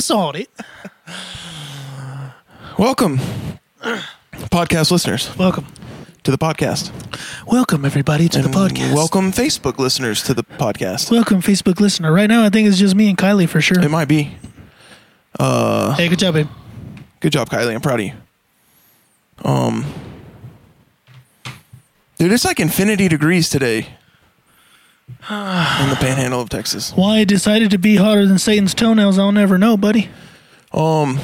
sawed it. Welcome, podcast listeners, Welcome. to the podcast. Welcome, everybody, to the And podcast. Mm, Welcome, Facebook listeners, to the podcast. Welcome, Facebook listener. Right now, I think it's just me and Kylie for sure. It might be. hey, good job, babe. Good job, Kylie. I'm proud of you. Um, dude, it's like infinity degrees today in the panhandle of Texas. Why it decided to be hotter than Satan's toenails, I'll never know, buddy. Um,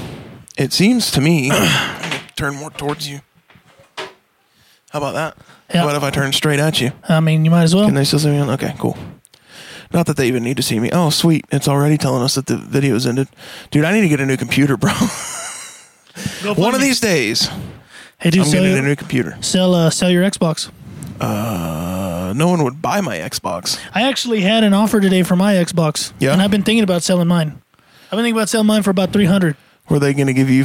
It seems to me. I'm gonna turn more towards you. How about that? Yeah. What if I turn straight at you? I mean, you might as well. Can they still see me? On? Okay, cool. Not that they even need to see me. Oh, sweet! It's already telling us that the video's ended. Dude, I need to get a new computer, bro. Go One find of me- these days, Hey, dude, I'm sell, gonna need a your, new computer. sell, uh, sell your Xbox. Uh, no one would buy my Xbox. I actually had an offer today for my Xbox. Yeah? And I've been thinking about selling mine. I've been thinking about selling mine for about 300 Were they going to give you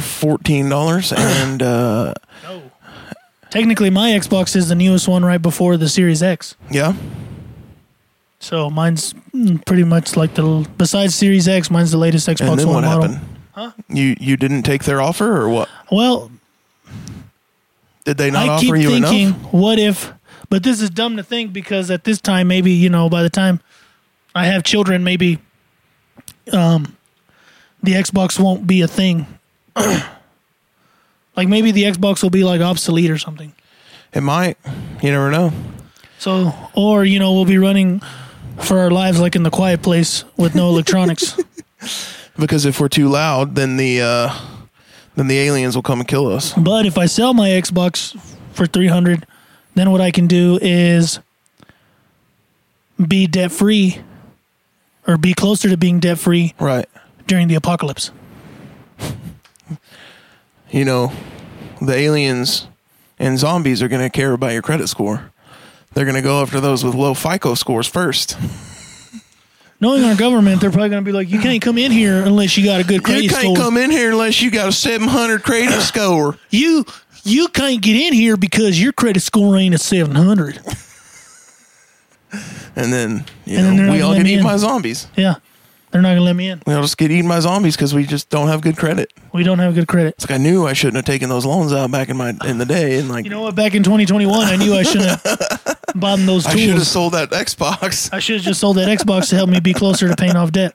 fourteen dollars? And uh, No. Technically, my Xbox is the newest one right before the Series X. yeah, So mine's mm, pretty much like the l- besides Series X, mine's the latest Xbox and then One what model. happened? You you didn't take their offer, or what? Well, Did they not I keep offer you thinking, enough? what if? But this is dumb to think because at this time, maybe you know, by the time I have children, maybe um, the Xbox won't be a thing. like maybe the Xbox will be like obsolete or something. It might. You never know. So, or you know, we'll be running for our lives like in the quiet place with no electronics. Because if we're too loud, then the uh, then the aliens will come and kill us. But if I sell my Xbox for 300, then what I can do is be debt free or be closer to being debt free Right. during the apocalypse. You know, the aliens and zombies are going to care about your credit score. They're going to go after those with low FICO scores first. Knowing our government, they're probably going to be like, you can't come in here unless you got a good credit you can't score. come in here unless you got a 700 credit score. You you can't get in here because your credit score ain't at 700. And then, you And then they're know, not we all gonna let get me eaten in. by zombies. Yeah. They're not going to let me in. We all just get eaten by zombies because we just don't have good credit. We don't have good credit. It's like I knew I shouldn't have taken those loans out back in my in the day, and like You know what? Back in 2021, I knew I shouldn't have bought those I should have tools. sold that Xbox I should have just sold that Xbox to help me be closer to paying off debt.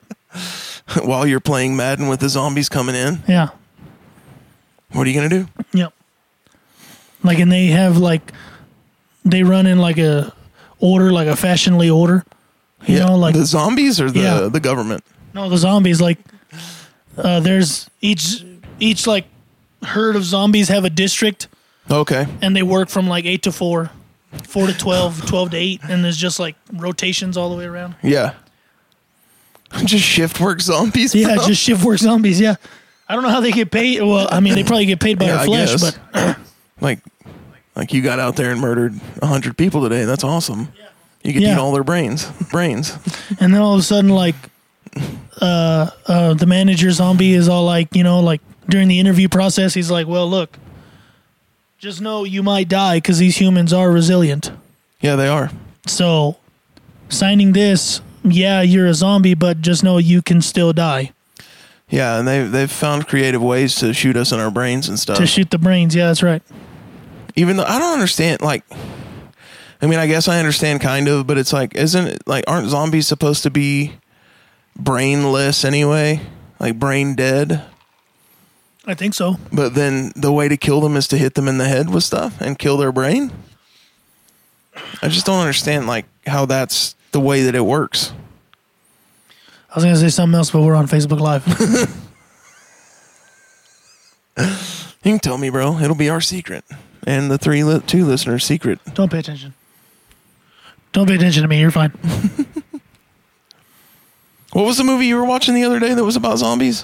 while you're playing Madden with the zombies coming in. Yeah. What are you gonna do? Yep. Like, and they have like, they run in like a order, like a fashionly order. You know, like the zombies or the Yeah. the government. no, the zombies. Like, uh, there's each each like herd of zombies have a district, Okay, and they work from like eight to four, four to 12, 12 to eight, and there's just like rotations all the way around. yeah. Just shift work zombies. Yeah, bro. just shift work zombies. Yeah, I don't know how they get paid. Well, I mean, they probably get paid by Yeah, our I flesh, guess. but like like you got out there and murdered hundred people today. That's awesome. You could Yeah. eat all their brains. Brains. And then all of a sudden, like, uh, uh, the manager zombie is all like, you know, like during the interview process, he's like, well, look, just know you might die because these humans are resilient. Yeah, they are. So, signing this, yeah, you're a zombie, but just know you can still die Yeah, and they they've found creative ways to shoot us in our brains and stuff. to shoot the brains. Yeah, that's right. even though I don't understand, like, I mean, I guess I understand kind of, but it's like, isn't it like, aren't zombies supposed to be brainless anyway? Like brain dead? I think so. But then the way to kill them is to hit them in the head with stuff and kill their brain? I just don't understand, like, how that's the way that it works. I was gonna say something else, but we're on Facebook Live. You can tell me, bro. It'll be our secret and the three, li- two listeners' secret. Don't pay attention. Don't pay attention to me. You're fine. What was the movie you were watching the other day that was about zombies?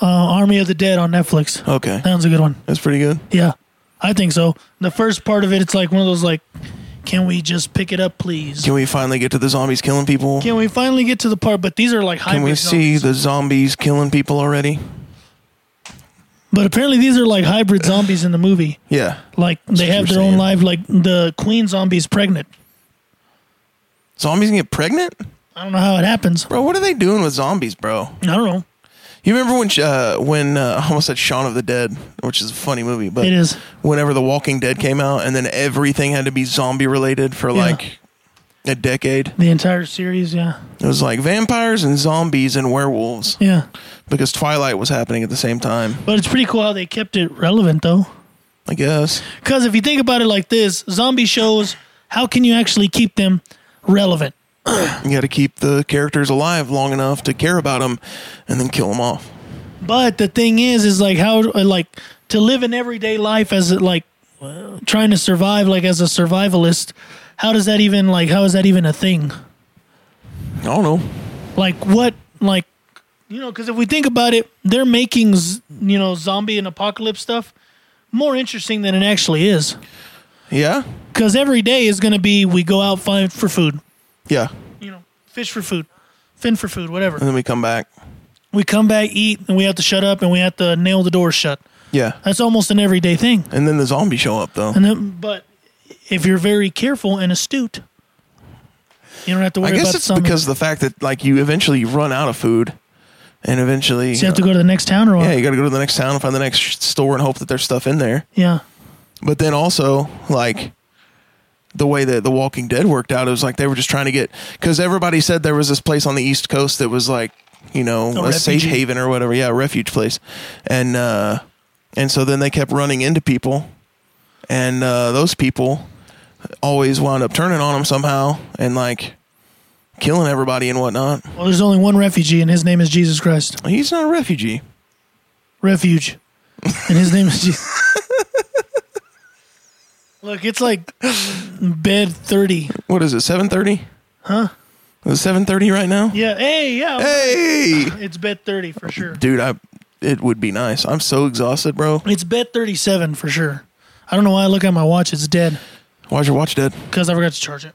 Uh, Army of the Dead on Netflix. Okay. That was a good one. That's pretty good. Yeah, I think so. The first part of it, it's like one of those like, can we just pick it up, please? Can we finally get to the zombies killing people? Can we finally get to the part? But these are like hybrid. Can we see zombies. the zombies killing people already? But apparently, these are like hybrid zombies in the movie. Yeah. Like they what have you're their own saying. life. Like the queen zombie's pregnant. Zombies can get pregnant? I don't know how it happens. Bro, what are they doing with zombies, bro? I don't know. You remember when uh, when uh, I almost said Shaun of the Dead, which is a funny movie, but It is. Whenever The Walking Dead came out, and then everything had to be zombie related for Yeah. like a decade. The entire series, yeah, It was like vampires and zombies and werewolves yeah. because Twilight was happening at the same time. But it's pretty cool how they kept it relevant though. I guess. Because if you think about it like this, zombie shows, how can you actually keep them relevant? You got to keep the characters alive long enough to care about them and then kill them off. But the thing is, is like how like to live an everyday life as like uh, trying to survive, like as a survivalist. How does that even like? How is that even a thing? I don't know. Like what? Like you know, because if we think about it, they're making z- you know zombie and apocalypse stuff more interesting than it actually is. Yeah? Because every day is going to be we go out find for food, Yeah. you know, fish for food, fin for food, whatever. And then we come back. we come back, eat, and we have to shut up and we have to nail the door shut. Yeah. That's almost an everyday thing. And then the zombies show up, though. And then, but if you're very careful and astute, you don't have to worry I guess about it's something. because of the fact that, like, you eventually run out of food and eventually. you have to go to the next town or what? uh, yeah, you got to go to the next town and find the next sh- store and hope that there's stuff in there. yeah. But then also, like, the way that The Walking Dead worked out, it was like they were just trying to get because everybody said there was this place on the East Coast that was like, you know, a, safe refugee. haven or whatever, yeah, a refuge place, and uh, and so then they kept running into people, and uh, those people always wound up turning on them somehow and like killing everybody and whatnot. Well, there's only one refugee, and his name is Jesus Christ. He's not a refugee. Refuge, and his name is Jesus. Look, it's like bed thirty. What is it? Seven thirty? Huh? Is it seven thirty right now? Yeah. Hey. Yeah. Hey. It's bed thirty for sure. dude i it would be nice i'm so exhausted bro It's bed thirty-seven for sure. I don't know why I look at my watch. It's dead why's your watch dead because I forgot to charge it.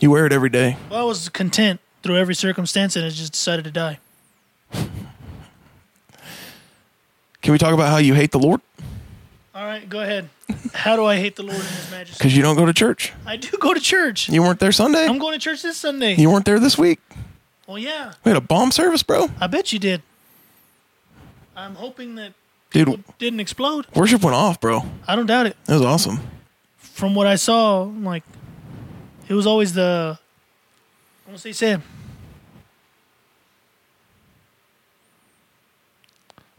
you wear it every day Well, I was content through every circumstance, and it just decided to die. can we talk about how you hate the lord All right, go ahead. How do I hate the Lord and His Majesty? because you don't go to church I do go to church. you weren't there sunday I'm going to church this Sunday. you weren't there this week Well, yeah, we had a bomb service bro I bet you did. I'm hoping that dude didn't explode. worship went off bro I don't doubt it. that was awesome From what I saw, like it was always the. I want to say Sam.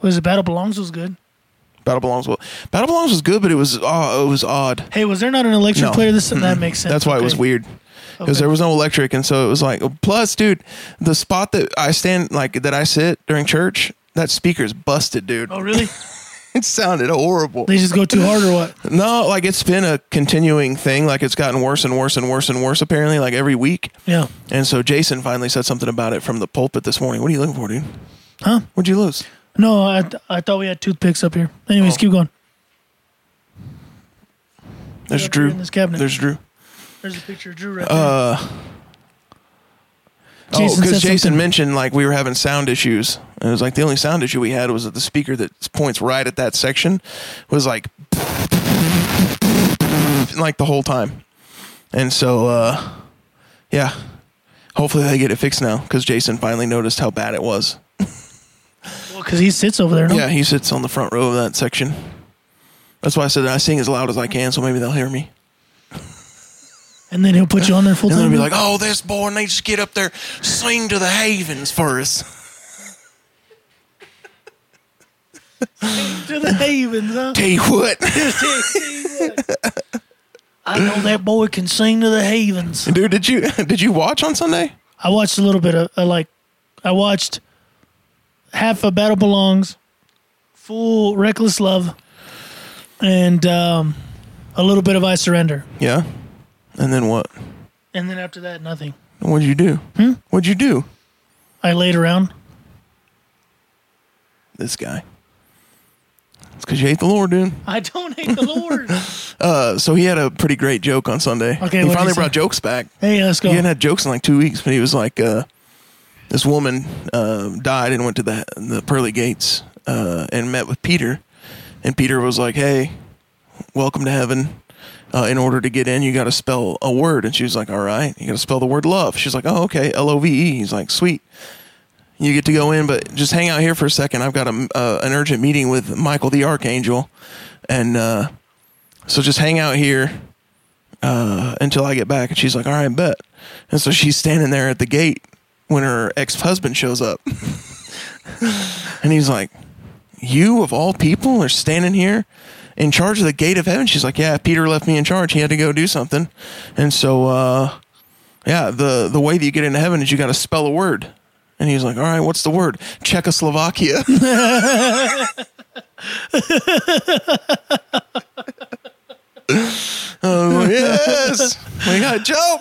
Was the Battle Belongs was good. battle belongs well battle belongs was good but it was oh it was odd Hey, was there not an electric No. player? This that makes sense. that's why it was Okay. weird because Okay. there was no electric and so it was like plus dude the spot that i stand like that i sit during church that speaker's busted dude Oh really? it sounded horrible they just go too hard or what? No, like it's been a continuing thing. Like it's gotten worse and worse and worse and worse, apparently, like every week. Yeah. And so Jason finally said something about it from the pulpit this morning. What are you looking for, dude? Huh? What'd you lose? No, I, I thought we had toothpicks up here. Anyways, Oh. keep going. There's Up Drew. here in this cabinet. There's Drew. There's a picture of Drew right Uh, Oh, Jason because said Jason something. mentioned like we were having sound issues. And it was like the only sound issue we had was that the speaker that points right at that section was like like the whole time. And so uh yeah. Hopefully they get it fixed now because Jason finally noticed how bad it was. there. Well, because he sits over there. No? Yeah, he sits on the front row of that section. That's why I said I sing as loud as I can, so maybe they'll hear me. And then he'll put you on there full And time. they'll be like, "Oh, this boy needs to get up there, sing to the havens for us, to the havens, huh? Tell you what, I know that boy can sing to the havens. dude. Did you did you watch on Sunday? I watched a little bit of uh, like, I watched half of Battle Belongs, full Reckless Love, and um, a little bit of I Surrender. Yeah. And then what? And then after that, nothing. What'd you do? What'd you do? I laid around. This guy. It's because you hate the Lord, dude. I don't hate the Lord. Uh, so he had a pretty great joke on Sunday. Okay, what'd he he finally say? brought jokes back. hey, let's go. He hadn't had jokes in like two weeks, but he was like, uh, this woman uh, died and went to the the pearly gates uh, and met with Peter, and Peter was like, "Hey, welcome to heaven." Uh, in order to get in, you got to spell a word, and she was like, "All right." You got to spell the word love. She's like, "Oh, okay, L O V E." He's like, "Sweet." You get to go in, but just hang out here for a second. I've got a, uh, an urgent meeting with Michael the Archangel, and uh, so just hang out here uh, until I get back. And she's like, "All right, bet." And so she's standing there at the gate when her ex husband shows up, and he's like, "You of all people are standing here." In charge of the gate of heaven, she's like, "Yeah, Peter left me in charge. He had to go do something, and so uh, yeah, the the way that you get into heaven is you got to spell a word. And he's like, all right, what's the word? Czechoslovakia. oh yes, we got a joke.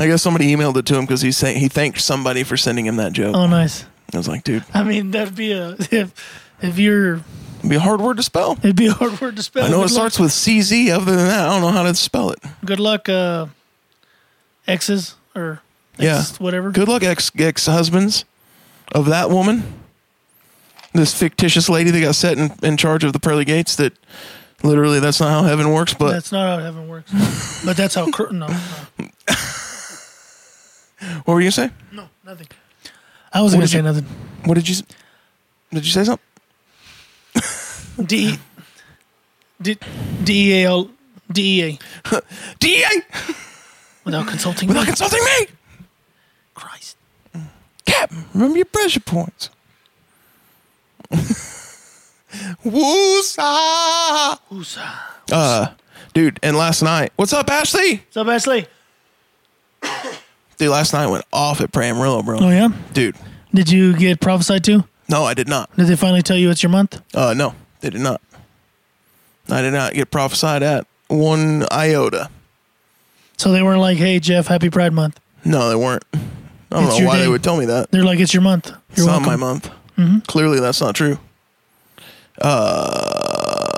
I guess somebody emailed it to him because he saying he thanked somebody for sending him that joke. Oh, nice. I was like, dude, I mean, that'd be a if if you're it'd be a hard word to spell. it'd be a hard word to spell. I know good it starts with CZ. Other than that, I don't know how to spell it. Luck, good luck, uh, exes or Yeah. ex- whatever. Good luck, ex ex husbands of that woman. This fictitious lady that got set in, in charge of the pearly gates. That literally, that's not how heaven works. But That's not how heaven works. but that's how. Cur- no, no, what were you gonna say? no, nothing. I wasn't What gonna did say you- nothing. What did you s- did you say something? D E, D D E A L D E A DEA without consulting without me. consulting me. Christ. Cap, remember your pressure points. Woosah! Who's What's Uh, dude, and last night, what's up, Ashley? up, Ashley? Dude, last night went off at Amarillo, bro. Oh yeah. Dude, Did you get prophesied to? no, I did not. Did they finally tell you it's your month? Uh, no, they did not. I did not get prophesied at one iota. So they weren't like, "Hey Jeff, happy Pride Month." No, they weren't. I don't It's know your why they day. would tell me that. They're like, "It's your month. You're it's welcome." Mm-hmm. not my month. Clearly, that's not true. Uh,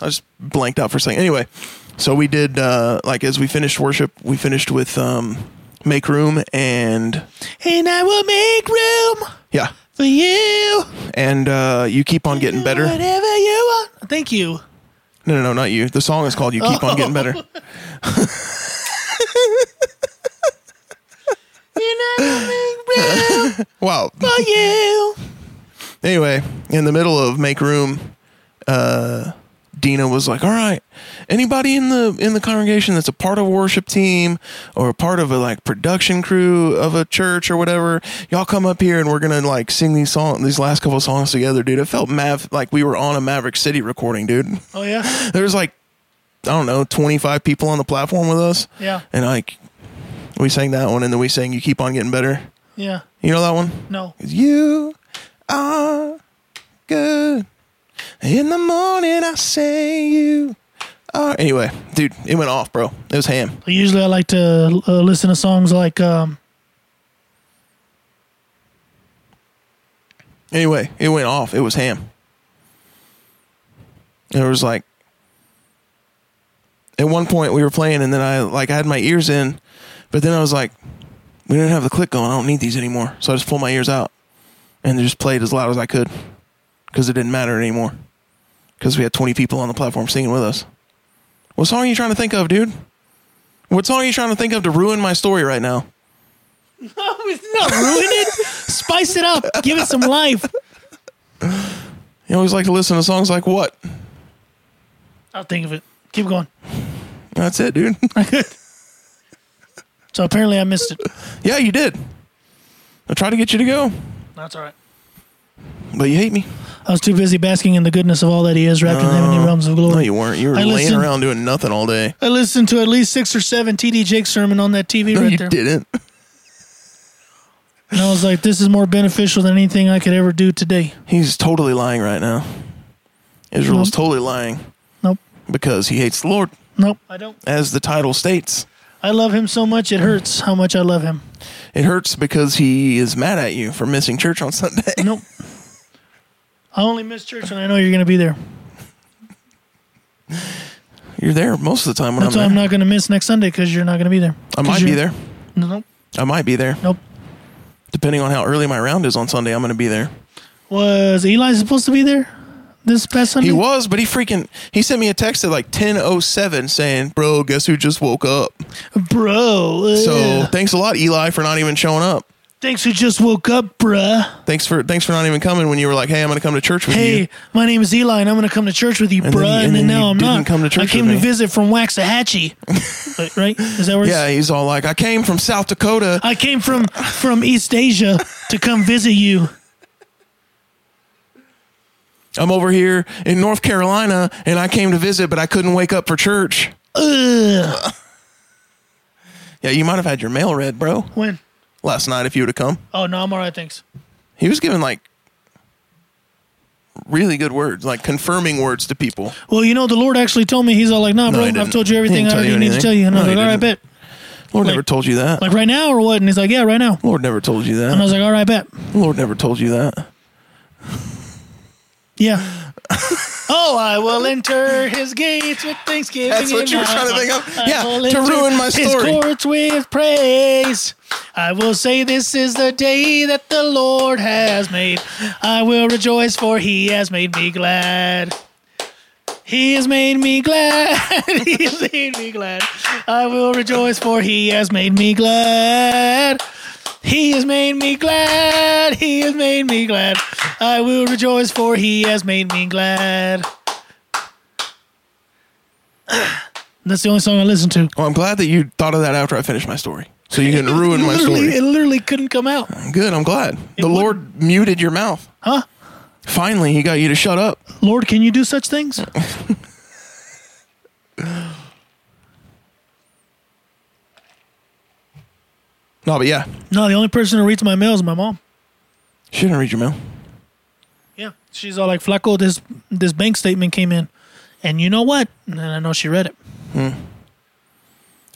I just blanked out for a second. Anyway, so we did uh, like as we finished worship, we finished with um, make room and And I will make room yeah, for you. and uh, you keep on getting better. Whatever you want. Thank you. No, no, no, not you. The song is called "You Keep on Getting Better." Oh. And I will make room Wow, for you. anyway, in the middle of make room, uh, Dina was like, "All right, anybody in the in the congregation that's a part of a worship team or a part of a like production crew of a church or whatever, y'all come up here and we're gonna like sing these song these last couple songs together, dude. It felt mav like we were on a Maverick City recording, dude. Oh yeah. There was like I don't know, twenty five people on the platform with us, Yeah. and like we sang that one, and then we sang "You Keep on Getting Better." Yeah. You know that one? No. Cause you are good. In the morning I say you are. Anyway, dude, it went off, bro. It was ham. Usually I like to uh, listen to songs like um, Anyway, it went off. It was ham. It was like at one point we were playing and then I like I had my ears in, but then I was like, we didn't have the click going. I don't need these anymore. So I just pulled my ears out and just played as loud as I could because it didn't matter anymore because we had 20 people on the platform singing with us. What song are you trying to think of, dude? What song are you trying to think of to ruin my story right now? No, it's not ruin it. Spice it up. Give it some life. You always like to listen to songs like what? I'll think of it. Keep going. That's it, dude. So apparently I missed it. Yeah, you did. I tried to get you to go, That's all right. but you hate me. I was too busy basking in the goodness of all that he is wrapped in the heavenly realms of glory. No, you weren't. You were I laying listened- around doing nothing all day. I listened to at least six or seven TD Jake sermon on that TV No, right you there. didn't. And I was like, this is more beneficial than anything I could ever do today. He's totally lying right now. Israel's totally lying Nope. because he hates the Lord, Nope. I don't. as the title states. I love him so much it hurts how much I love him. It hurts because he is mad at you for missing church on Sunday. Nope. I only miss church and I know you're going to be there. Oh, You're there most of the time when That's why I'm I'm there. not going to miss next Sunday because you're not going to be there. I 'Cause might be you're- there. Nope. I might be there. Nope. Depending on how early my round is on Sunday, I'm going to be there. Was Eli supposed to be there this past Sunday? He was, but he freaking he sent me a text at like 10:07 saying, "Bro, guess who just woke up?" Bro. So ugh. thanks a lot, Eli, for not even showing up. Thanks who just woke up, bruh. Thanks for thanks for not even coming when you were like, hey, I'm gonna come to church with Hey, you. my name is Eli, and I'm going to come to church with you, And then bruh. you- and and then, then you now I'm didn't not. come to church I with came to me. visit from Waxahachie, Right- right? Is that where? it's- Yeah, he's all like, I came from South Dakota. I came from from East Asia to come visit you. I'm over here in North Carolina, and I came to visit, but I couldn't wake up for church. Ugh. Yeah, you might have had your mail read, bro, When? last night if you would have come. Oh no, I'm alright. Thanks. He was giving like really good words, like confirming words to people. Well, you know, the Lord actually told me. He's all like, "Nah, No, bro, he I've didn't. told you He everything didn't I tell you already need to anything. tell you." And I was No, like, he "All right, bet." didn't. Lord Like- never told you that. Like right now or what? And he's like, "Yeah, right now." And Lord never told you I was that. like, "All right, bet." Lord never told you that. Yeah. oh, I will enter His gates with thanksgiving. That's what and you were I- trying to think of? I Yeah, will to enter ruin my story. His courts with praise. I will say this is the day that the Lord has made. I will rejoice for He has made me glad. He has made me glad. he has made me glad. I will rejoice for He has made me glad. He has made me glad. He has made me glad. I will rejoice for he has made me glad. That's the only song I listen to. Well, I'm glad that you thought of that after I finished my story. So you didn't ruin my literally, story. It literally couldn't come out. Good, I'm glad. The would- Lord muted your mouth. Huh? Finally, he got you to shut up. Lord, can you do such things? No, but yeah. No, the only person who reads my mail is my mom. She didn't read your mail. Yeah. She's all like, Flacco, this this bank statement came in. And you know what? And I know she read it.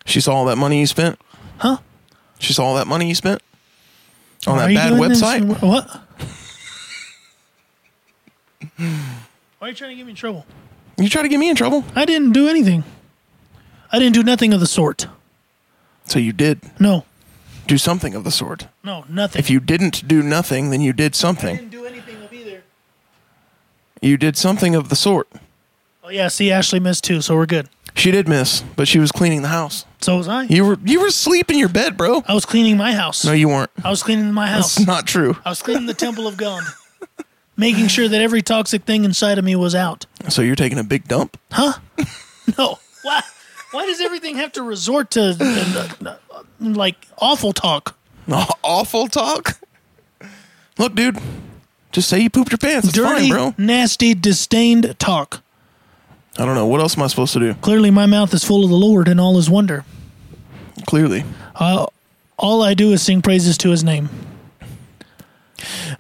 She saw all that money you spent. Huh? She saw all that money you spent on Are that you bad doing this? website. What? Why are you trying to get me in trouble? You try to get me in trouble. I didn't do anything. I didn't do nothing of the sort. So you did No, do something of the sort. no, nothing. If you didn't do nothing, then you did something. do anything of either. You did something of the sort. Oh yeah, see, Ashley missed too, so we're good. She did miss, but she was cleaning the house. So was I. You were you were asleep in your bed, bro. I was cleaning my house. No, you weren't. I was cleaning my house. It's not true. I was cleaning the temple of God, making sure that every toxic thing inside of me was out. So you're taking a big dump? No, why? Why does everything have to resort to uh, uh, like awful talk? Aw- Awful talk. Look, dude. Just say you pooped your pants. It's Dirty, fine, bro. nasty, disdained talk. I don't know. What else am I supposed to do? Clearly, my mouth is full of the Lord and all His wonder. Clearly. All I do is sing praises to His name.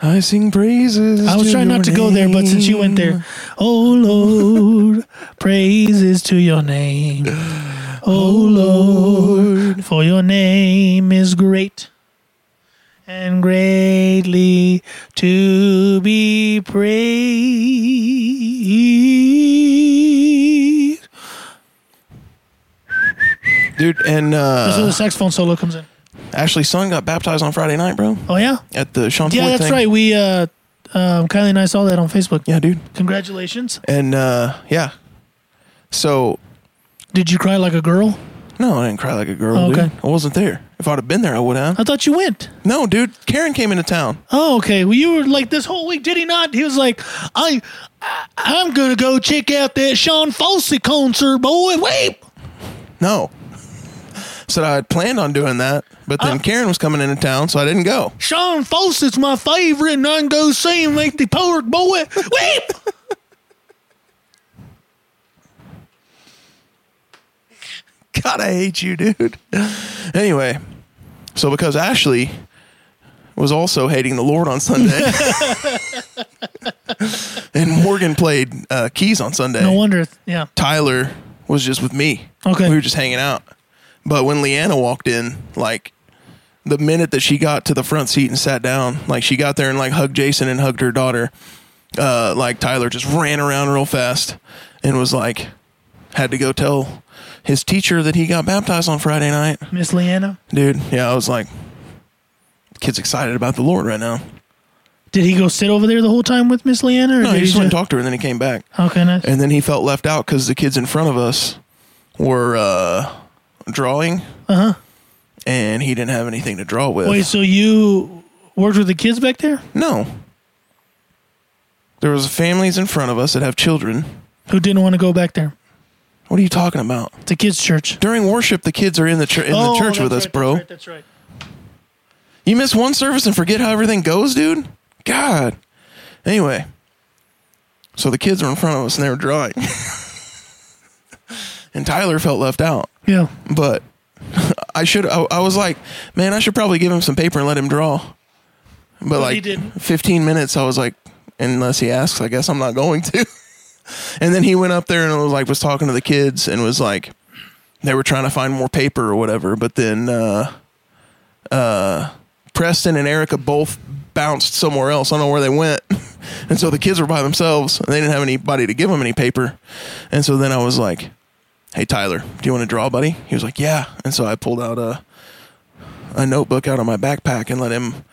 I sing praises. I was trying not to your go there, but since you went there, oh Lord, praises to your name. Oh Lord, for your name is great and greatly to be praised. name. Dude, and That's where uh, the saxophone solo comes in. Ashley's son got baptized on Friday night, bro. Oh yeah, At the Sean yeah, Floyd that's thing. right. We uh, um, Kylie and I saw that on Facebook. Yeah, dude. Congratulations! And uh, yeah. So Did you cry like a girl? no, I didn't cry like a girl, Oh, okay. dude. I wasn't there. If I'd have been there, I would have. I thought you went. No, dude. Karen came into town. Oh, okay. Well, you were like this whole week, did he not? He was like, I, I I'm gonna go check out that Sean Fossey concert, boy. Wait, No. Said I had planned on doing that, but then Uh. Karen was coming into town, so I didn't go. Sean Fossey's my favorite, and I can go see him at the park, boy. Wait. God, I hate you, dude. Anyway, so because Ashley was also hating the Lord on Sunday, and Morgan played uh, keys on Sunday. No wonder. Yeah. Tyler was just with me. Okay. We were just hanging out. But when Leanna walked in, like the minute that she got to the front seat and sat down, like she got there and like hugged Jason and hugged her daughter, uh, like Tyler just ran around real fast and was like, had to go tell his teacher that he got baptized on Friday night. Miss Leanna, Dude, yeah, I was like, kid's excited about the Lord right now. did he go sit over there the whole time with Miss Leanna? Or No, did he just went and talked to her and then he came back. Okay, nice. and then he felt left out because the kids in front of us were uh, drawing, Uh huh. and he didn't have anything to draw with. Wait, so you worked with the kids back there No. There was families in front of us that have children. who didn't want to go back there. What are you talking about? It's a kids' church. During worship, the kids are in the, chur in Oh, the church that's with us, right, bro. That's right, that's right. You miss one service and forget how everything goes, dude? God. Anyway, so the kids were in front of us and they were drawing. and Tyler felt left out. Yeah. But I should, I, I was like, man, I should probably give him some paper and let him draw. But he like didn't. 15 minutes, I was like, unless he asks, I guess I'm not going to. and then he went up there and was like, was talking to the kids and was like, they were trying to find more paper or whatever. But then, uh, Preston and Erica both bounced somewhere else. I don't know where they went. And so the kids were by themselves and they didn't have anybody to give them any paper. And so then I was like, Hey, Tyler, do you want to draw, buddy? He was like, Yeah. And so I pulled out a, a notebook out of my backpack and let him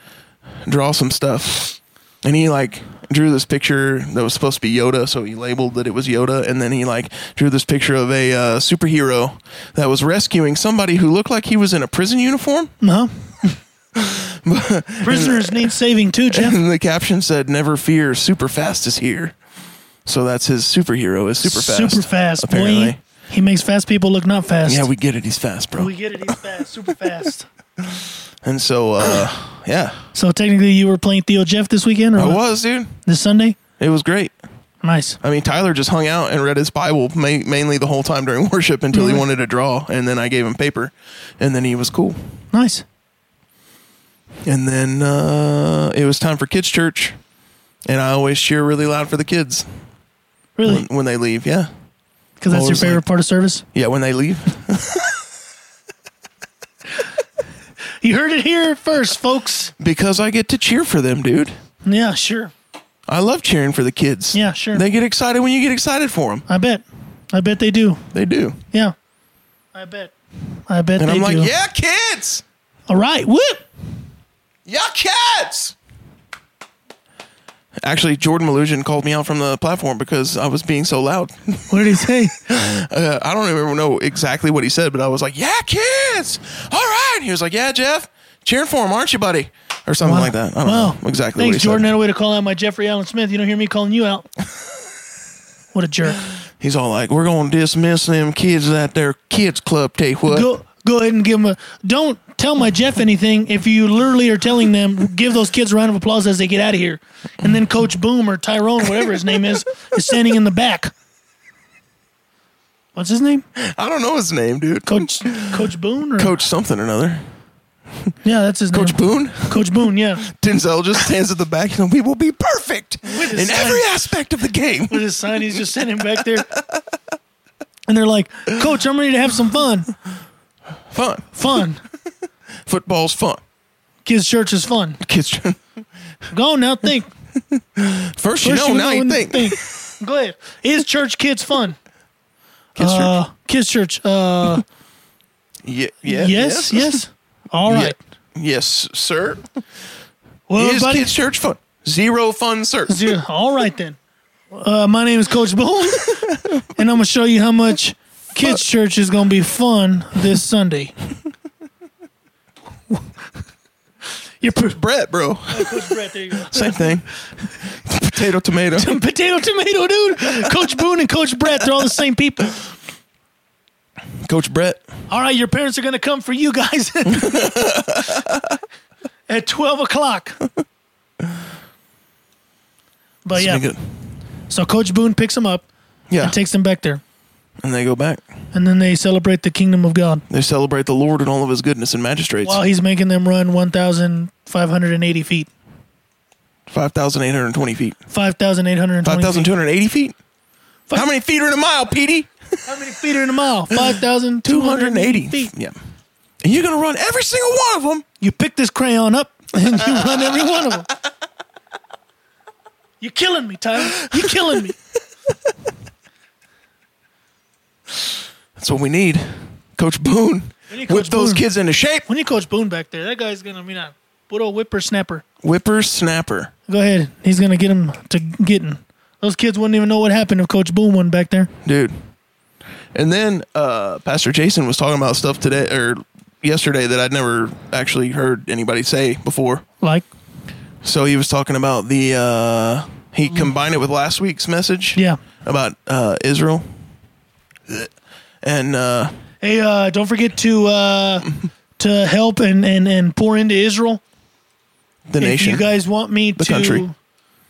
draw some stuff. And he like drew this picture that was supposed to be Yoda, so he labeled that it was Yoda. And then he like drew this picture of a uh, superhero that was rescuing somebody who looked like he was in a prison uniform. No. uh-huh. Prisoners need saving too, Jeff. And the caption said, "Never fear, super fast is here." So that's his superhero is super fast. Super fast, apparently. boy. He makes fast people look not fast. Yeah, we get it. He's fast, bro. we get it. He's fast, super fast. and so, uh, yeah, So technically, you were playing Theo Jeff this weekend, or I what? was, dude. this Sunday? It was great. Nice. I mean, Tyler just hung out and read his Bible ma- mainly the whole time during worship until Mm-hmm. he wanted to draw, and then I gave him paper, and then he was cool. Nice. And then uh, it was time for kids' church, and I always cheer really loud for the kids Really? when, when they leave. Yeah, Because that's your always favorite like- part of service? yeah, when they leave. You heard it here first, folks. because I get to cheer for them, dude. Yeah, sure. I love cheering for the kids. Yeah, sure. They get excited when you get excited for them. I bet. I bet they do. They do. Yeah. I bet. I bet And they I'm like, do. yeah, kids. All right. Whoop. Yeah, kids. Actually, Jordan Malusian called me out from the platform because I was being so loud. What did he say? Uh, I don't even know exactly what he said, but I was like, yeah, kids. All right. He was like, yeah, Jeff. Cheering for him, aren't you, buddy? Or something like that. I don't Wow. know exactly Thanks, what he Jordan. said. Had a way to call out my Jeffrey Allen Smith. You don't hear me calling you out. what a jerk. He's all like, we're going to dismiss them kids at their kids club, tell you what. Go go ahead and give him a. Don't tell my Jeff anything if you literally are telling them. Give those kids a round of applause as they get out of here, and then Coach Boom or Tyrone, whatever his name is, is standing in the back. What's his name? I don't know his name, dude. Coach Coach Boone or Coach something or another. yeah, that's his name. Coach Boone? Coach Boone, yeah, Denzel just stands at the back and we will be perfect in his every eyes. aspect of the game. with his sign, he's just sitting back there, and they're like, "Coach, I'm ready to have some fun. Fun. Fun. Football's fun. Kids' church is fun. Kids. Go on now, think. First you First know, now and you then think. think. Go ahead. Is church kids fun? Kids Uh, church. kids church. Uh, Ye- yeah, yes, yes. All Yeah. right. Yes, sir. Well, Is buddy. kids church fun? Zero fun, sir. Zero. All right then. Uh, my name is Coach Boone, and I'm gonna show you how much Uh, kids church is gonna be fun this Sunday. Your per- Brett, bro. Coach Brett, there you go. Same thing. Potato, tomato. Potato, tomato, dude. Coach Boone and Coach Brett, they're all the same people. Coach Brett. All right, your parents are going to come for you guys at 12 o'clock. But It's yeah, been good. so Coach Boone picks them up Yeah. and takes them back there. and they go back. And then they celebrate the kingdom of God They celebrate the Lord and all of his goodness and magistrates. while he's making them run 1,580 feet, 5,820 feet. 5,820 feet. 5,280 feet? Five- How many feet are in a mile, Petey? How many feet are in a mile? 5,280 280 feet. Yeah. And you're going to run every single one of them. You pick this crayon up and you run every one of them. You're killing me, Tyler. You're killing me. That's what we need. Coach Boone. We need Whip Coach those Boone. kids into shape. We need Coach Boone back there. That guy's gonna be a good old whippersnapper. Whipper snapper. Go ahead. He's gonna get him to getting. Those kids wouldn't even know what happened if Coach Boone wasn't back there. Dude. And then uh, Pastor Jason was talking about stuff today or yesterday that I'd never actually heard anybody say before. Like, So he was talking about the uh he combined it with last week's message. Mm. Yeah. About uh Israel. And uh Hey, uh, don't forget to uh, to help and, and, and pour into Israel. the nation. If you guys want me to country.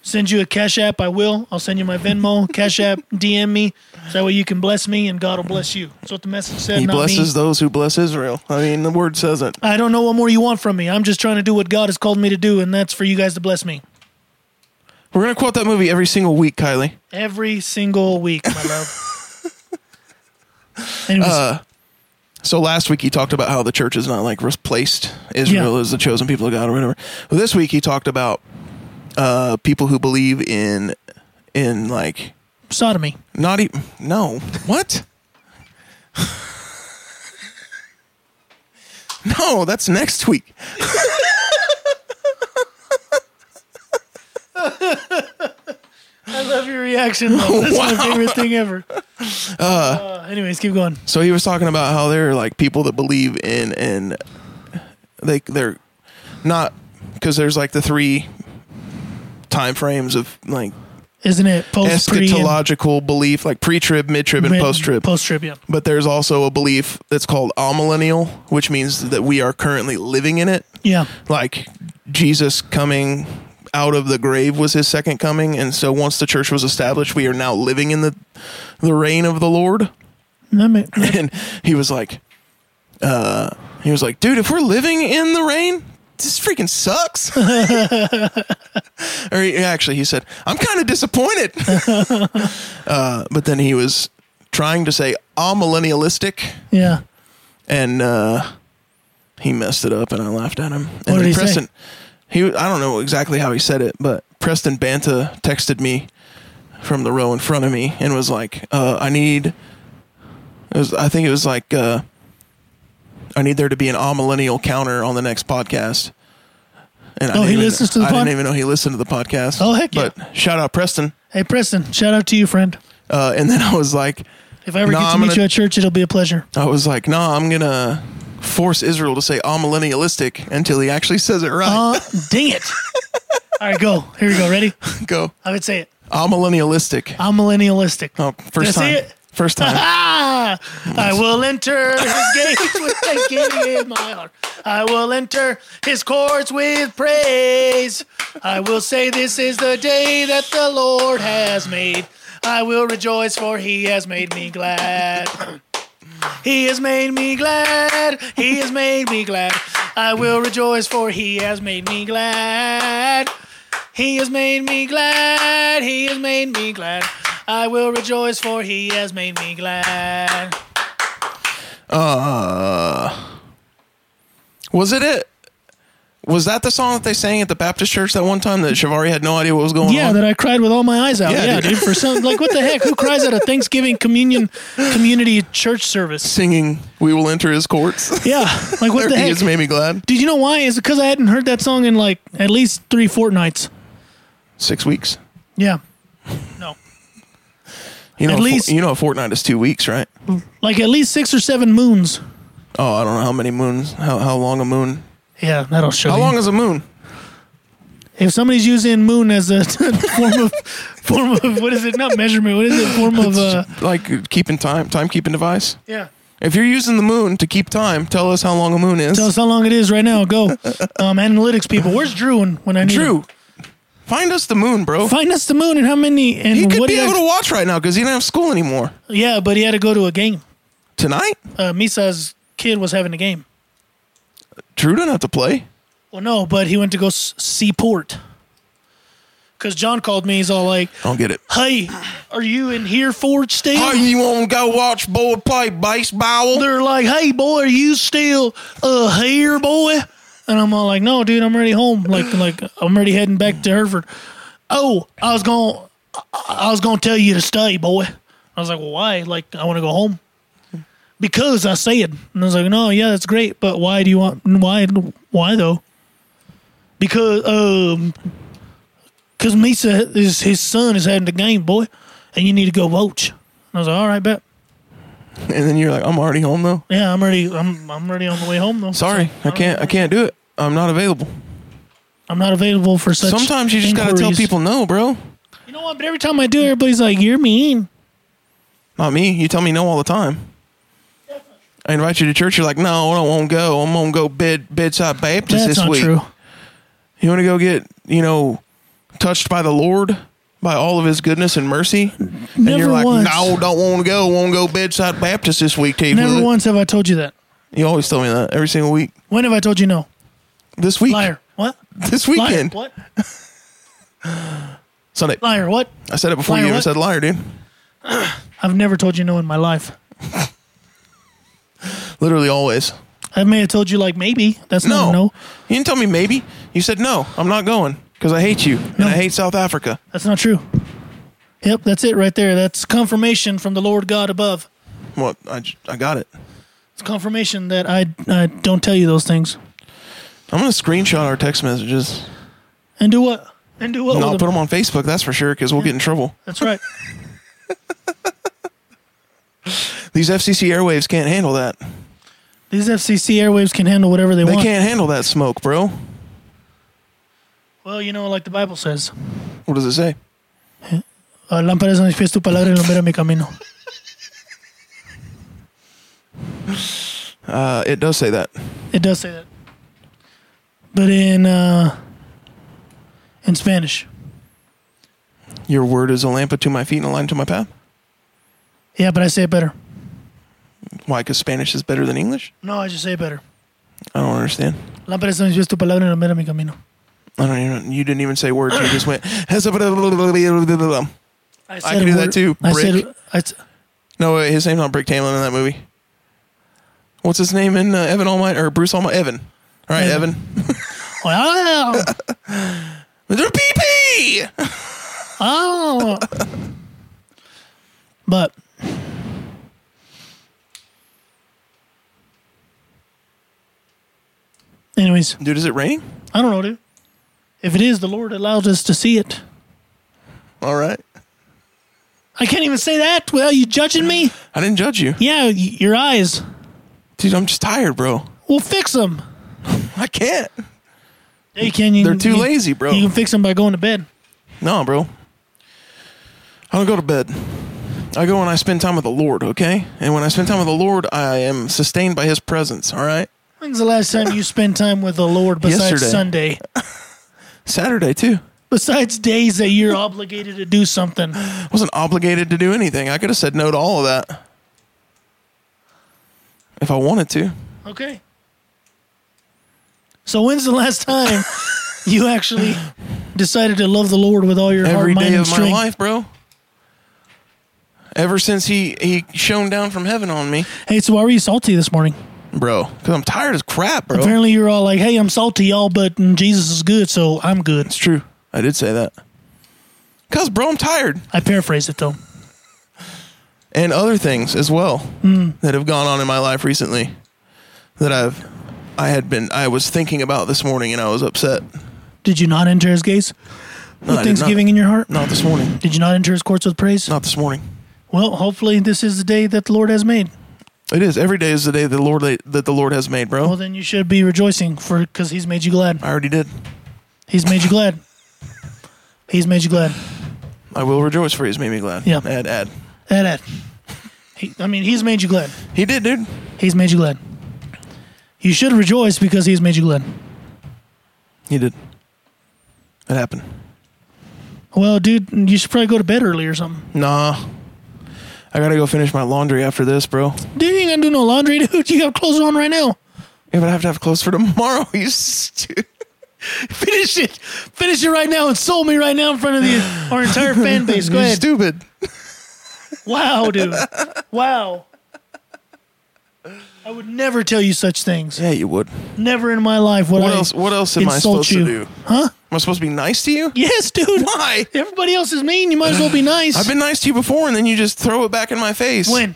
send you a Cash App, I will. I'll send you my Venmo, Cash App, DM me. So that way you can bless me and God will bless you. That's what the message said. he not me. blesses those who bless Israel. I mean, the word says it. I don't know what more you want from me. I'm just trying to do what God has called me to do, and that's for you guys to bless me We're gonna quote that movie every single week, Kylie. every single week, my love. Anyways, Uh. So last week he talked about how the church is not like replaced Israel Yeah. as the chosen people of God or whatever. Well, this week he talked about uh, people who believe in in like sodomy. not even no what no that's next week. I love your reaction. Though. That's my Wow. favorite thing ever. Uh, anyways, keep going. So he was talking about how there are like people that believe in and they they're not because there's like the three time frames of like Isn't it post pre eschatological belief, like pre-trib, mid-trib, and post-trib. Post trip, yeah. but there's also a belief that's called amillennial, which means that we are currently living in it. Yeah. Like Jesus coming out of the grave was his second coming, and so once the church was established, we are now living in the the reign of the Lord. That ma- that- And he was like, uh, he was like, dude, if we're living in the rain, this freaking sucks. or he, actually, he said, I'm kind of disappointed. uh, but then he was trying to say amillennialistic, yeah. and uh, he messed it up, and I laughed at him. And did then he say? Preston, he I don't know exactly how he said it, but Preston Banta texted me from the row in front of me and was like, uh, "I need." It was, I think it was like, uh, "I need there to be an amillennial counter on the next podcast." And Oh, I didn't he even- listens to the I didn't pod- even know he listened to the podcast. Oh, heck yeah. But shout out Preston. Hey, Preston, shout out to you, friend. Uh, and then I was like, If I ever No, get to I'm meet gonna- you at church, it'll be a pleasure. I was like, no, I'm gonna force Israel to say amillennialistic until he actually says it right. Uh, dang it. All right, go. Here we go. Ready? Go I would say it. amillennialistic. I'm millennialistic. Oh, uh, I first say time. it? First time. Ah! I will enter his gates with thanksgiving in my heart. I will enter his courts with praise. I will say, This is the day that the Lord has made. I will rejoice, for he has made me glad. He has made me glad. He has made me glad. I will rejoice, for he has made me glad. He has made me glad. He has made me glad. I will rejoice, for he has made me glad. Was it it? Was that the song that they sang at the Baptist church that one time that Shavari had no idea what was going Yeah, on? that I cried with all my eyes out. Yeah, Yeah, dude. dude. For some, like, what the heck? Who cries at a Thanksgiving communion community church service? Singing "We Will Enter His Courts." Yeah, like what the he heck? has made me glad. Did you know why? Is because I hadn't heard that song in like at least three fortnights. Six weeks. Yeah, no, You know, At a fo- least- you know, a fortnight is two weeks, right? like at least six or seven moons. Oh, I don't know how many moons. How how long a moon? Yeah, that'll show. How you. long is a moon? If somebody's using moon as a form of form of what is it? Not measurement. What is it? Form of uh, Like keeping time, timekeeping device. yeah. If you're using the moon to keep time, tell us how long a moon is. Tell us how long it is right now. Go, um, analytics people. Where's Drew when, when I need him? Drew, find us the moon, bro. Find us the moon and how many and he could what be he able act- to watch right now because he didn't have school anymore. Yeah, but he had to go to a game. Tonight, Uh, Misa's kid was having a game. Drew didn't have to play. Well, no, but he went to go s- see Port. Because John called me. He's all like, I don't get it. "Hey, are you in here, Ford still?" Oh, you want to go watch boy play baseball? They're like, "Hey, boy, are you still uh here, boy?" And I'm all like, "No, dude, I'm already home. Like, like I'm already heading back to Hereford." Oh, I was gonna, I- I was gonna tell you to stay, boy. I was like, "Well, why? Like, I want to go home." Because I said, and I was like, "No, yeah, that's great, but why do you want? Why? Why though?" Because um, because Misa is his son is having the game, boy, and you need to go watch. And I was like, "All right, bet." And then you're like, I'm already home though. Yeah, I'm already I'm I'm already on the way home though. Sorry, I can't. I can't do it. I'm not available. I'm not available for such. Sometimes you just got to tell inquiries." people no, bro. You know what? But every time I do, everybody's like, "You're mean." Not me. You tell me no all the time. I invite you to church. You're like, no, I don't want to go. I'm gonna go bed bedside Baptist That's this not week. true. You want to go get you know touched by the Lord by all of His goodness and mercy, and Never you're like, once. no, don't want to go. Won't go bedside Baptist this week, T. Never Wood." once have I told you that. You always tell me that every single week. When have I told you no? This week, Liar. What? this Liar. weekend, What? Sunday. Liar. What? I said it before Liar you ever what? said liar, dude. I've never told you no in my life. Literally always. I may have told you like maybe. That's not No. a no. You didn't tell me maybe. You said no. I'm not going because I hate you and No. I hate South Africa. That's not true. Yep, that's it right there. That's confirmation from the Lord God above. Well, I, j- I got it. It's confirmation that I, I don't tell you those things. I'm gonna screenshot our text messages. And do what? And do what? No, I'll with put them? them on Facebook. That's for sure because we'll get in trouble. That's right. These FCC airwaves can't handle that. They These FCC airwaves can handle whatever they, want. can't handle that smoke, bro. Well, you know, like the Bible says, What does it say? "Ah, "Lámparas a mis pies tu palabra y lumbrera mi camino." Uh, it does say that. It does say that, but in uh, in Spanish, Your word is a lamp unto my feet and a light unto my path. yeah, but I say it better. Why? Because Spanish is better than English. No, I just say it better. I don't understand. Lámparas a mis pies tu palabra y lumbrera mi camino. I don't even. You didn't even say words. You just went. No, I, can do that too, I said, Brick. I s- wait, his name's not Brick Tamlin in that movie. What's his name in uh, Evan Almighty or Bruce Almighty? Evan. All right, Evan. Evan. oh, "Wow." Mr. PP. Oh. but anyways, Dude, is it raining? I don't know, dude. If it is, the Lord allowed us to see it. All right. I can't even say that without you judging me. I didn't judge you. Yeah, y- your eyes. Dude, I'm just tired, bro. We'll fix them. I can't. Hey, can you? They're too you- lazy, bro. You can fix them by going to bed. No, bro. I don't go to bed. I go when I spend time with the Lord, okay? And when I spend time with the Lord, I am sustained by His presence, all right? When's the last time you spent time with the Lord besides Yesterday. Sunday? Saturday, too. Besides days that you're obligated to do something. I wasn't obligated to do anything. I could have said no to all of that if I wanted to. Okay. So when's the last time you actually decided to love the Lord with all your Every heart, mind, day and of my strength? life, bro. Ever since He, he shone down from heaven on me, Hey, so why were you salty this morning? bro. Because I'm tired as crap, bro. Apparently, you're all like, "Hey, I'm salty, y'all, but mm, Jesus is good, so I'm good." It's true. I did say that. Cause bro, I'm tired. I paraphrase it though. And other things as well Hmm. that have gone on in my life recently that I've I had been I was thinking about this morning and I was upset. Did you not enter His gates No, with I did thanksgiving in your heart? Not, not this morning. Did you not enter His courts with praise? Not this morning. Well, hopefully, this is the day that the Lord has made. It is. Every day is the day the Lord that the Lord has made, bro. Well, then you should be rejoicing for because He's made you glad. I already did. He's made you glad. He's made you glad. I will rejoice for he's made me glad. Yeah. Add add. Add that. He, I mean, He's made you glad. He did, dude. He's made you glad. You should rejoice because he's made you glad. He did. It happened. Well, dude, you should probably go to bed early or something. Nah. I gotta go finish my laundry after this, bro. Dude, you ain't gonna do no laundry, dude. You got clothes on right now. Yeah, but I have to have clothes for tomorrow. You stupid. Finish it. Finish it right now and sold me right now in front of the, our entire fan base. Go You ahead. stupid. Wow, dude. Wow. I would never tell you such things. Yeah, you would. Never in my life would What I else? What else am I insult supposed you. to do? Huh? Am I supposed to be nice to you? Yes, dude. Why? Everybody else is mean. You might as well be nice. I've been nice to you before, and then you just throw it back in my face. when?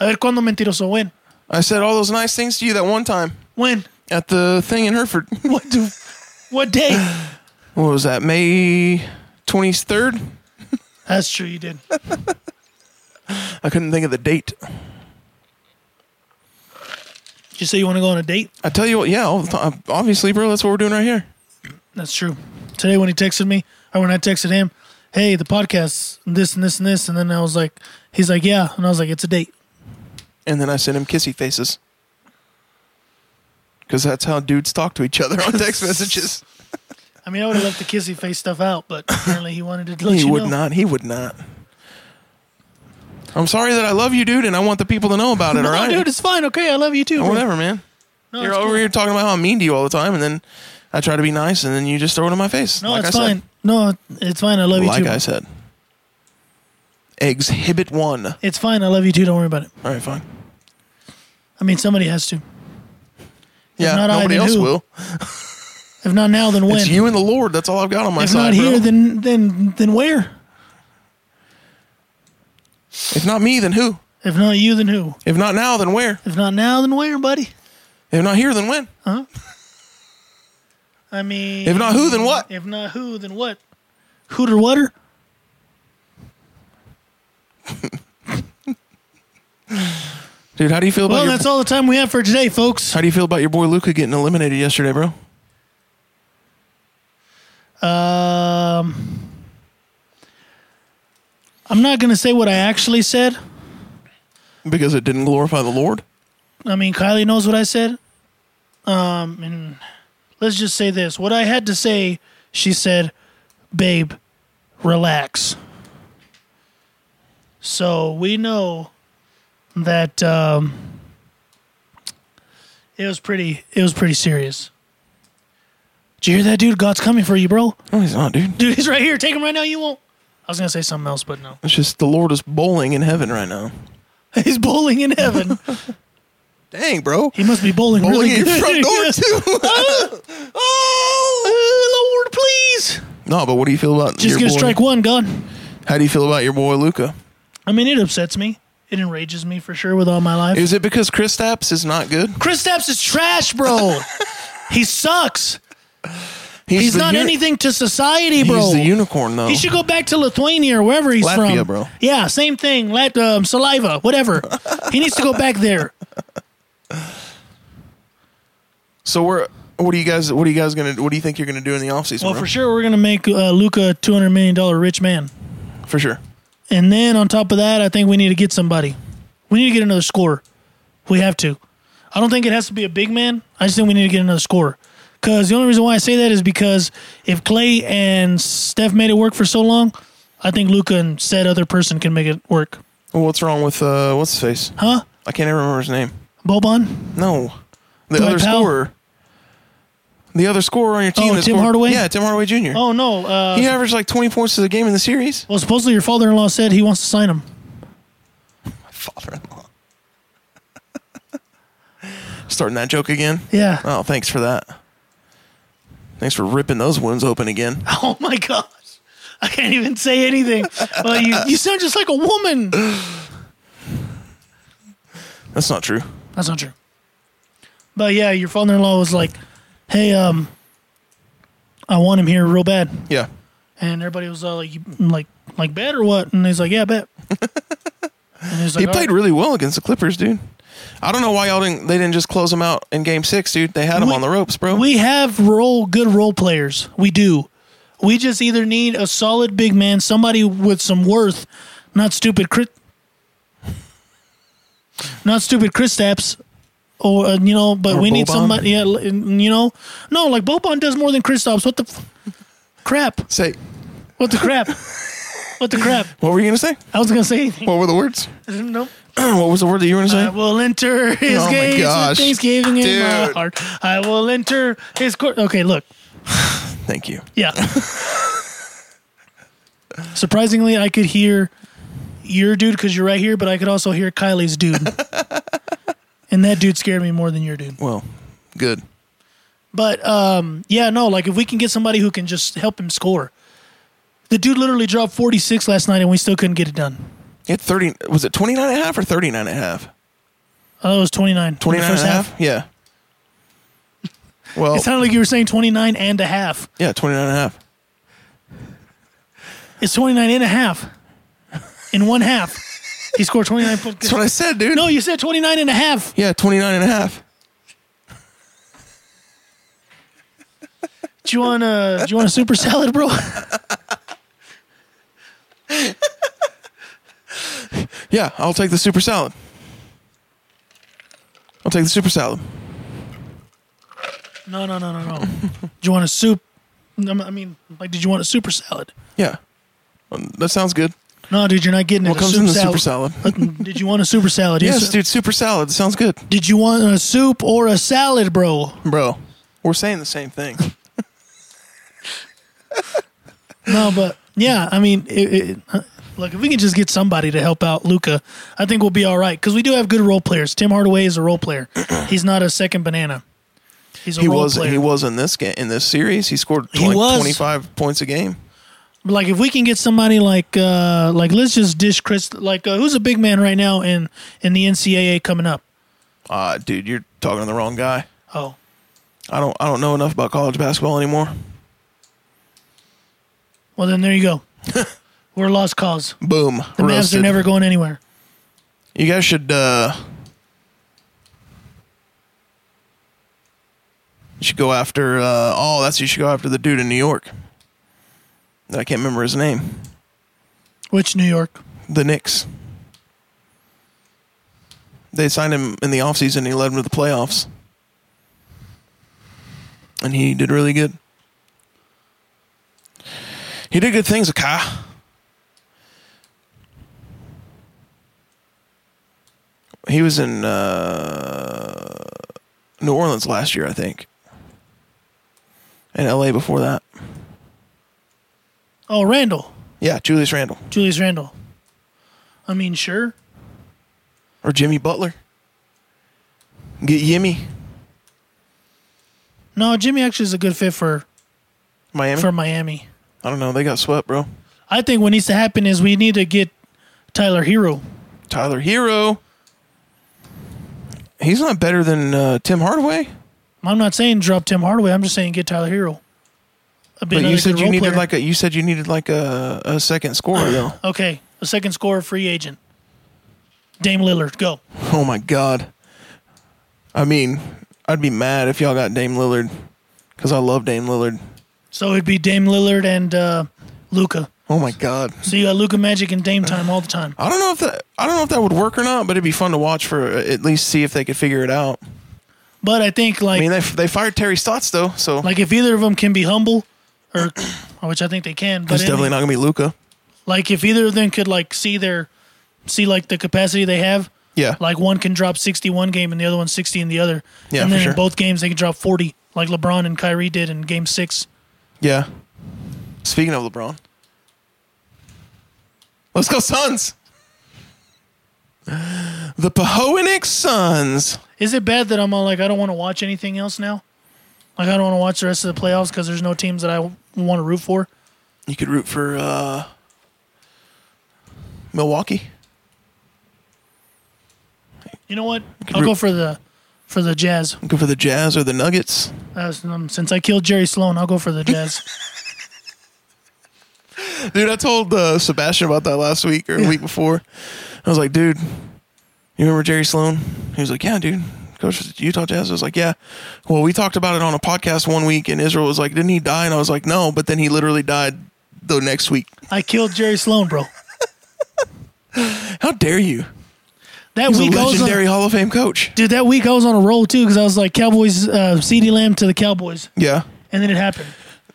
A ver, cuando mentiroso? When? I said all those nice things to you that one time When? at the thing in Hereford. What do? What day? What was that? May twenty third. That's true. You did. I couldn't think of the date. Did you say you want to go on a date? I tell you what. Yeah, all the time. obviously, bro. That's what we're doing right here. That's true. Today when he texted me, or when I texted him, hey, the podcast, this and this and this, and then I was like, he's like, yeah, and I was like, it's a date. And then I sent him kissy faces. Because that's how dudes talk to each other on text messages. I mean, I would have left the kissy face stuff out, but apparently he wanted to let he you would know. not. He would not. I'm sorry that I love you, dude, and I want the people to know about it, No, all right? dude, it's fine. Okay, I love you too. or bro. whatever, man. No, You're it's over cool. here talking about how I'm mean to you all the time, and then I try to be nice, and then you just throw it in my face. No, like it's I fine. No, it's fine. I love Said. you Like too. I bro. said. Exhibit one. All It's fine. I love you too. Don't worry about it. right, fine. I mean, somebody has to. Yeah, not I, nobody then else who? will. If not now, then when? It's you and the Lord. That's all I've got on my if side. not here, bro. then then then where? if not me, then who? If not you, then who? If not now, then where? If not now, then where, buddy? If not here, then when? Huh? I mean, If not who, then what? If not who, then what? Hooter water? Dude, how do you feel about Well, your, that's all the time we have for today, folks. how do you feel about your boy Luca getting eliminated yesterday, bro? Um, I'm not gonna say what I actually said. Because it didn't glorify the Lord. I mean, Kylie knows what I said. Um, and let's just say this: what I had to say, she said, "Babe, relax." So we know that um, it was pretty. It was pretty serious. Did you hear that, dude? God's coming for you, bro. No, he's not, dude. Dude, he's right here. Take him right now. You won't. I was gonna say something else, but no. It's just the Lord is bowling in heaven right now. He's bowling in heaven. Dang, bro. He must be bowling, Bowling really in good. your front door too. oh, Lord, please. no, but what do you feel about Just your gonna boy? strike one, God. How do you feel about your boy Luca? I mean, it upsets me. It enrages me for sure with all my life. Is it because Chris Stapps is not good? Chris Stapps is trash, bro. he sucks. He's the not uni- anything to society, He's bro. the unicorn though. he should go back to Lithuania or wherever he's Latvia, from. bro. Yeah, same thing. Lat- um, saliva, whatever. he needs to go back there. so we're what do you guys what are you guys gonna what do you think you're gonna do in the offseason? Well, bro? for sure, we're gonna make uh, Luca a two hundred million dollar rich man. For sure. And then on top of that, I think we need to get somebody. We need to get another scorer. We have to. I don't think it has to be a big man. I just think we need to get another scorer. Because the only reason why I say that is because if Clay and Steph made it work for so long, I think Luca and said other person can make it work. Well, what's wrong with uh what's his face? Huh? I can't even remember his name. Boban? No. The Dwight other Powell? scorer. The other scorer on your team. Oh, that Tim scored- Hardaway? Yeah, Tim Hardaway Jr. Oh, no. Uh, He averaged like 20 points to the game in the series. Well, supposedly your father in law said he wants to sign him. Father-in-law. Starting that joke again? Yeah. Oh, thanks for that. Thanks for ripping those wounds open again. Oh, my gosh. I can't even say anything. well, you, you sound just like a woman. That's not true. That's not true. But yeah, your father-in-law was like, "Hey, um, I want him here real bad," Yeah. and everybody was all like, "You- "Like, like bad or what?" And he's like, "Yeah, bet." and he's like, He "All played right." really well against the Clippers, dude. I don't know why y'all didn't they didn't just close him out in game 6, dude. They had him We- on the ropes, bro. We have role good role players. We do. We just either need a solid big man, somebody with some worth, not stupid crit, not stupid Chris Stapps, or uh, you know. But Or we need Boban. somebody. Yeah, l- you know. No, like Boban does more than Chris Stapps. What the f- crap? Say, What the crap? What the crap? what were you going to say? I was gonna say anything. What were the words? Uh, Nope. what was the word that you were going to say? I will enter his Oh my gates gosh. with thanksgiving in my Dude. heart. I will enter his court. Okay, look. Thank you. Yeah. Surprisingly, I could hear your dude because you're right here, but I could also hear Kylie's dude. and that dude scared me more than your dude. Well, good. But um, yeah, no, like if we can get somebody who can just help him score. The dude literally dropped 46 last night and we still couldn't get it done. He had 30 was it 29 and a half or 39 and a half? Oh, it was 29. in the 29 and a first half? Yeah. Well, It sounded like you were saying 29 and a half. yeah, 29 and a half. It's 29 and a half. In one half. He scored 29 points. That's what I said, dude. No, you said 29 and a half. Yeah, 29 and a half. Did you want a do you want a super salad, bro? Yeah, I'll take the super salad. I'll take the super salad. No, no, no, no, no. Do you want a soup? No, I mean, like, did you want a super salad? Yeah, Um, that sounds good. No, dude, you're not getting What it. A comes soup in the salad. super salad? did you want a super salad? Yes, dude, super salad sounds good, Did you want a soup or a salad, bro? bro. We're saying the same thing. No, but yeah, I mean, it, it, uh, look, if we can just get somebody to help out Luca, I think we'll be all right because we do have good role players. Tim Hardaway is a role player. He's not a second banana. He's a He role was player. he was in this game in this series. He scored He like was. twenty five points a game. But, like if we can get somebody like uh like let's just dish Chris like uh, who's a big man right now in in the NCAA coming up. Uh dude, you're talking to the wrong guy. Oh, I don't I don't know enough about college basketball anymore. well then there you go. We're a lost cause. Boom. The Mavs are roasted. never going anywhere. You guys should uh you should go after uh oh that's you should go after the dude in New York. I can't remember his name. Which New York? The Knicks. They signed him in the offseason, he led him to the playoffs. And he did really good. He did good things, okay. He was in uh, New Orleans last year, I think. And LA before that. Oh, Randall, Yeah, Julius Randle. Julius Randall. I mean, sure. Or Jimmy Butler. Get Yimmy. No, Jimmy actually is a good fit for Miami. for Miami. I don't know. They got swept, bro. I think what needs to happen is we need to get Tyler Hero. Tyler Hero. He's not better than uh, Tim Hardaway. I'm not saying drop Tim Hardaway. I'm just saying get Tyler Hero. A bit But you another said good you role needed player. like a you said you needed like a, a second scorer though. okay, a second scorer, free agent. Dame Lillard, go. oh my god. I mean, I'd be mad if y'all got Dame Lillard because I love Dame Lillard. So it'd be Dame Lillard and uh, Luca. Oh my god. So you got Luca Magic and Dame time all the time. I don't know if that I don't know if that would work or not, but it'd be fun to watch for uh, at least see if they could figure it out. But I think like I mean, they they fired Terry Stotts though, so like if either of them can be humble, or which I think they can, but it's definitely not gonna be Luca. like if either of them could like see their see like the capacity they have, Yeah, like one can drop 61 game and the other one 60 in the other. Yeah, and then for sure. in both games they can drop 40 like LeBron and Kyrie did in game 6. Yeah. Speaking of LeBron, let's go Suns. The Pahoenik Suns. Is it bad that I'm all like I don't want to watch anything else now? Like I don't want to watch the rest of the playoffs cuz there's no teams that I want to root for. You could root for uh, Milwaukee. You know what? could I'll root- go for the for the Jazz. Go for the Jazz or the Nuggets. Uh, um, since I killed Jerry Sloan, I'll go for the Jazz. Dude, I told uh, Sebastian about that last week or a week before. I was like, dude, you remember Jerry Sloan? He was like, yeah, dude. Coach for the Utah Jazz. I was like, yeah. Well, we talked about it on a podcast one week, and Israel was like, didn't he die? And I was like, no. But then he literally died the next week. I killed Jerry Sloan, bro. How dare you? That He's a week I was legendary on, Hall of Fame coach. Dude, that week I was on a roll too cuz I was like Cowboys uh CeeDee Lamb to the Cowboys Yeah. and then it happened.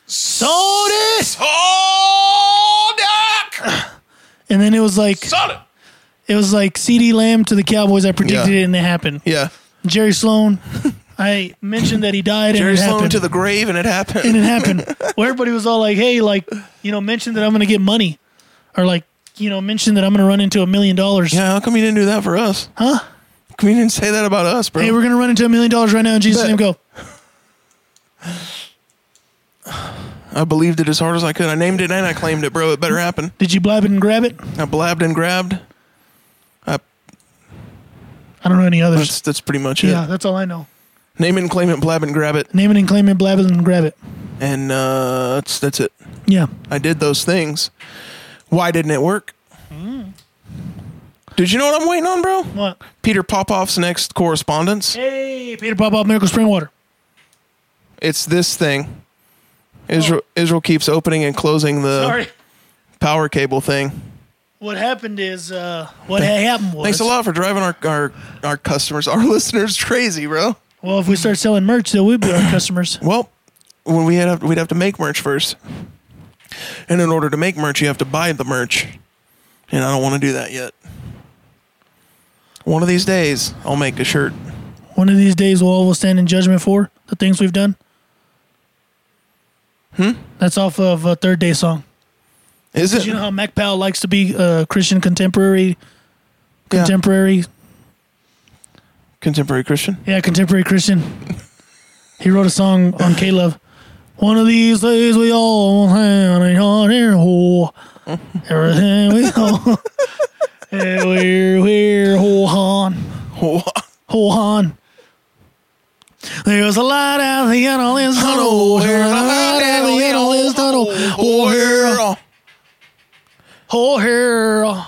Sold Soldier! And then it was like It was like CD Lamb to the Cowboys. I predicted Yeah. it and it happened. Yeah. Jerry Sloan, I mentioned that he died Jerry and it Sloan happened. to the grave, and it happened. and it happened. Where everybody was all like, hey, like, you know, mention that I'm going to get money. Or like, you know, mention that I'm going to run into a million dollars. yeah, how come you didn't do that for us? Huh? How come you didn't say that about us, bro? Hey, we're going to run into a million dollars right now in Jesus' Bet. name. Go. I believed it as hard as I could. I named it and I claimed it, bro. It better happen. Did you blab it and grab it? I blabbed and grabbed. I don't know any others. That's that's pretty much it. yeah, that's all I know. Name it and claim it, blab and grab it, Name it and claim it, blab it and grab it. and uh, that's that's it. Yeah. I did those things. Why didn't it work? Did you know what I'm waiting on, bro? What? Peter Popoff's next correspondence. Hey, Peter Pop Miracle Spring Water. It's this thing. Israel Israel keeps opening and closing the Sorry. power cable thing. What happened is, uh, what had happened was. Thanks a lot for driving our our, our customers, our listeners crazy, bro. Well, if we start selling merch, then we'll be our customers. Well, when we had we'd have to make merch first, and in order to make merch, you have to buy the merch, and I don't want to do that yet. One of these days, I'll make a shirt. One of these days, we'll all will stand in judgment for the things we've done. Hmm? That's off of a third day song. Is it? You know how Mac Powell likes to be uh, Christian contemporary, Yeah. contemporary, Contemporary Christian. yeah, contemporary Christian. he wrote a song on Caleb. One of these days we all have a hot air hole. Everything we all, and we're we're whole hon. Hold on. There's a light out the end of this tunnel. There's a light out the end of this tunnel. Oh, here. Oh, here.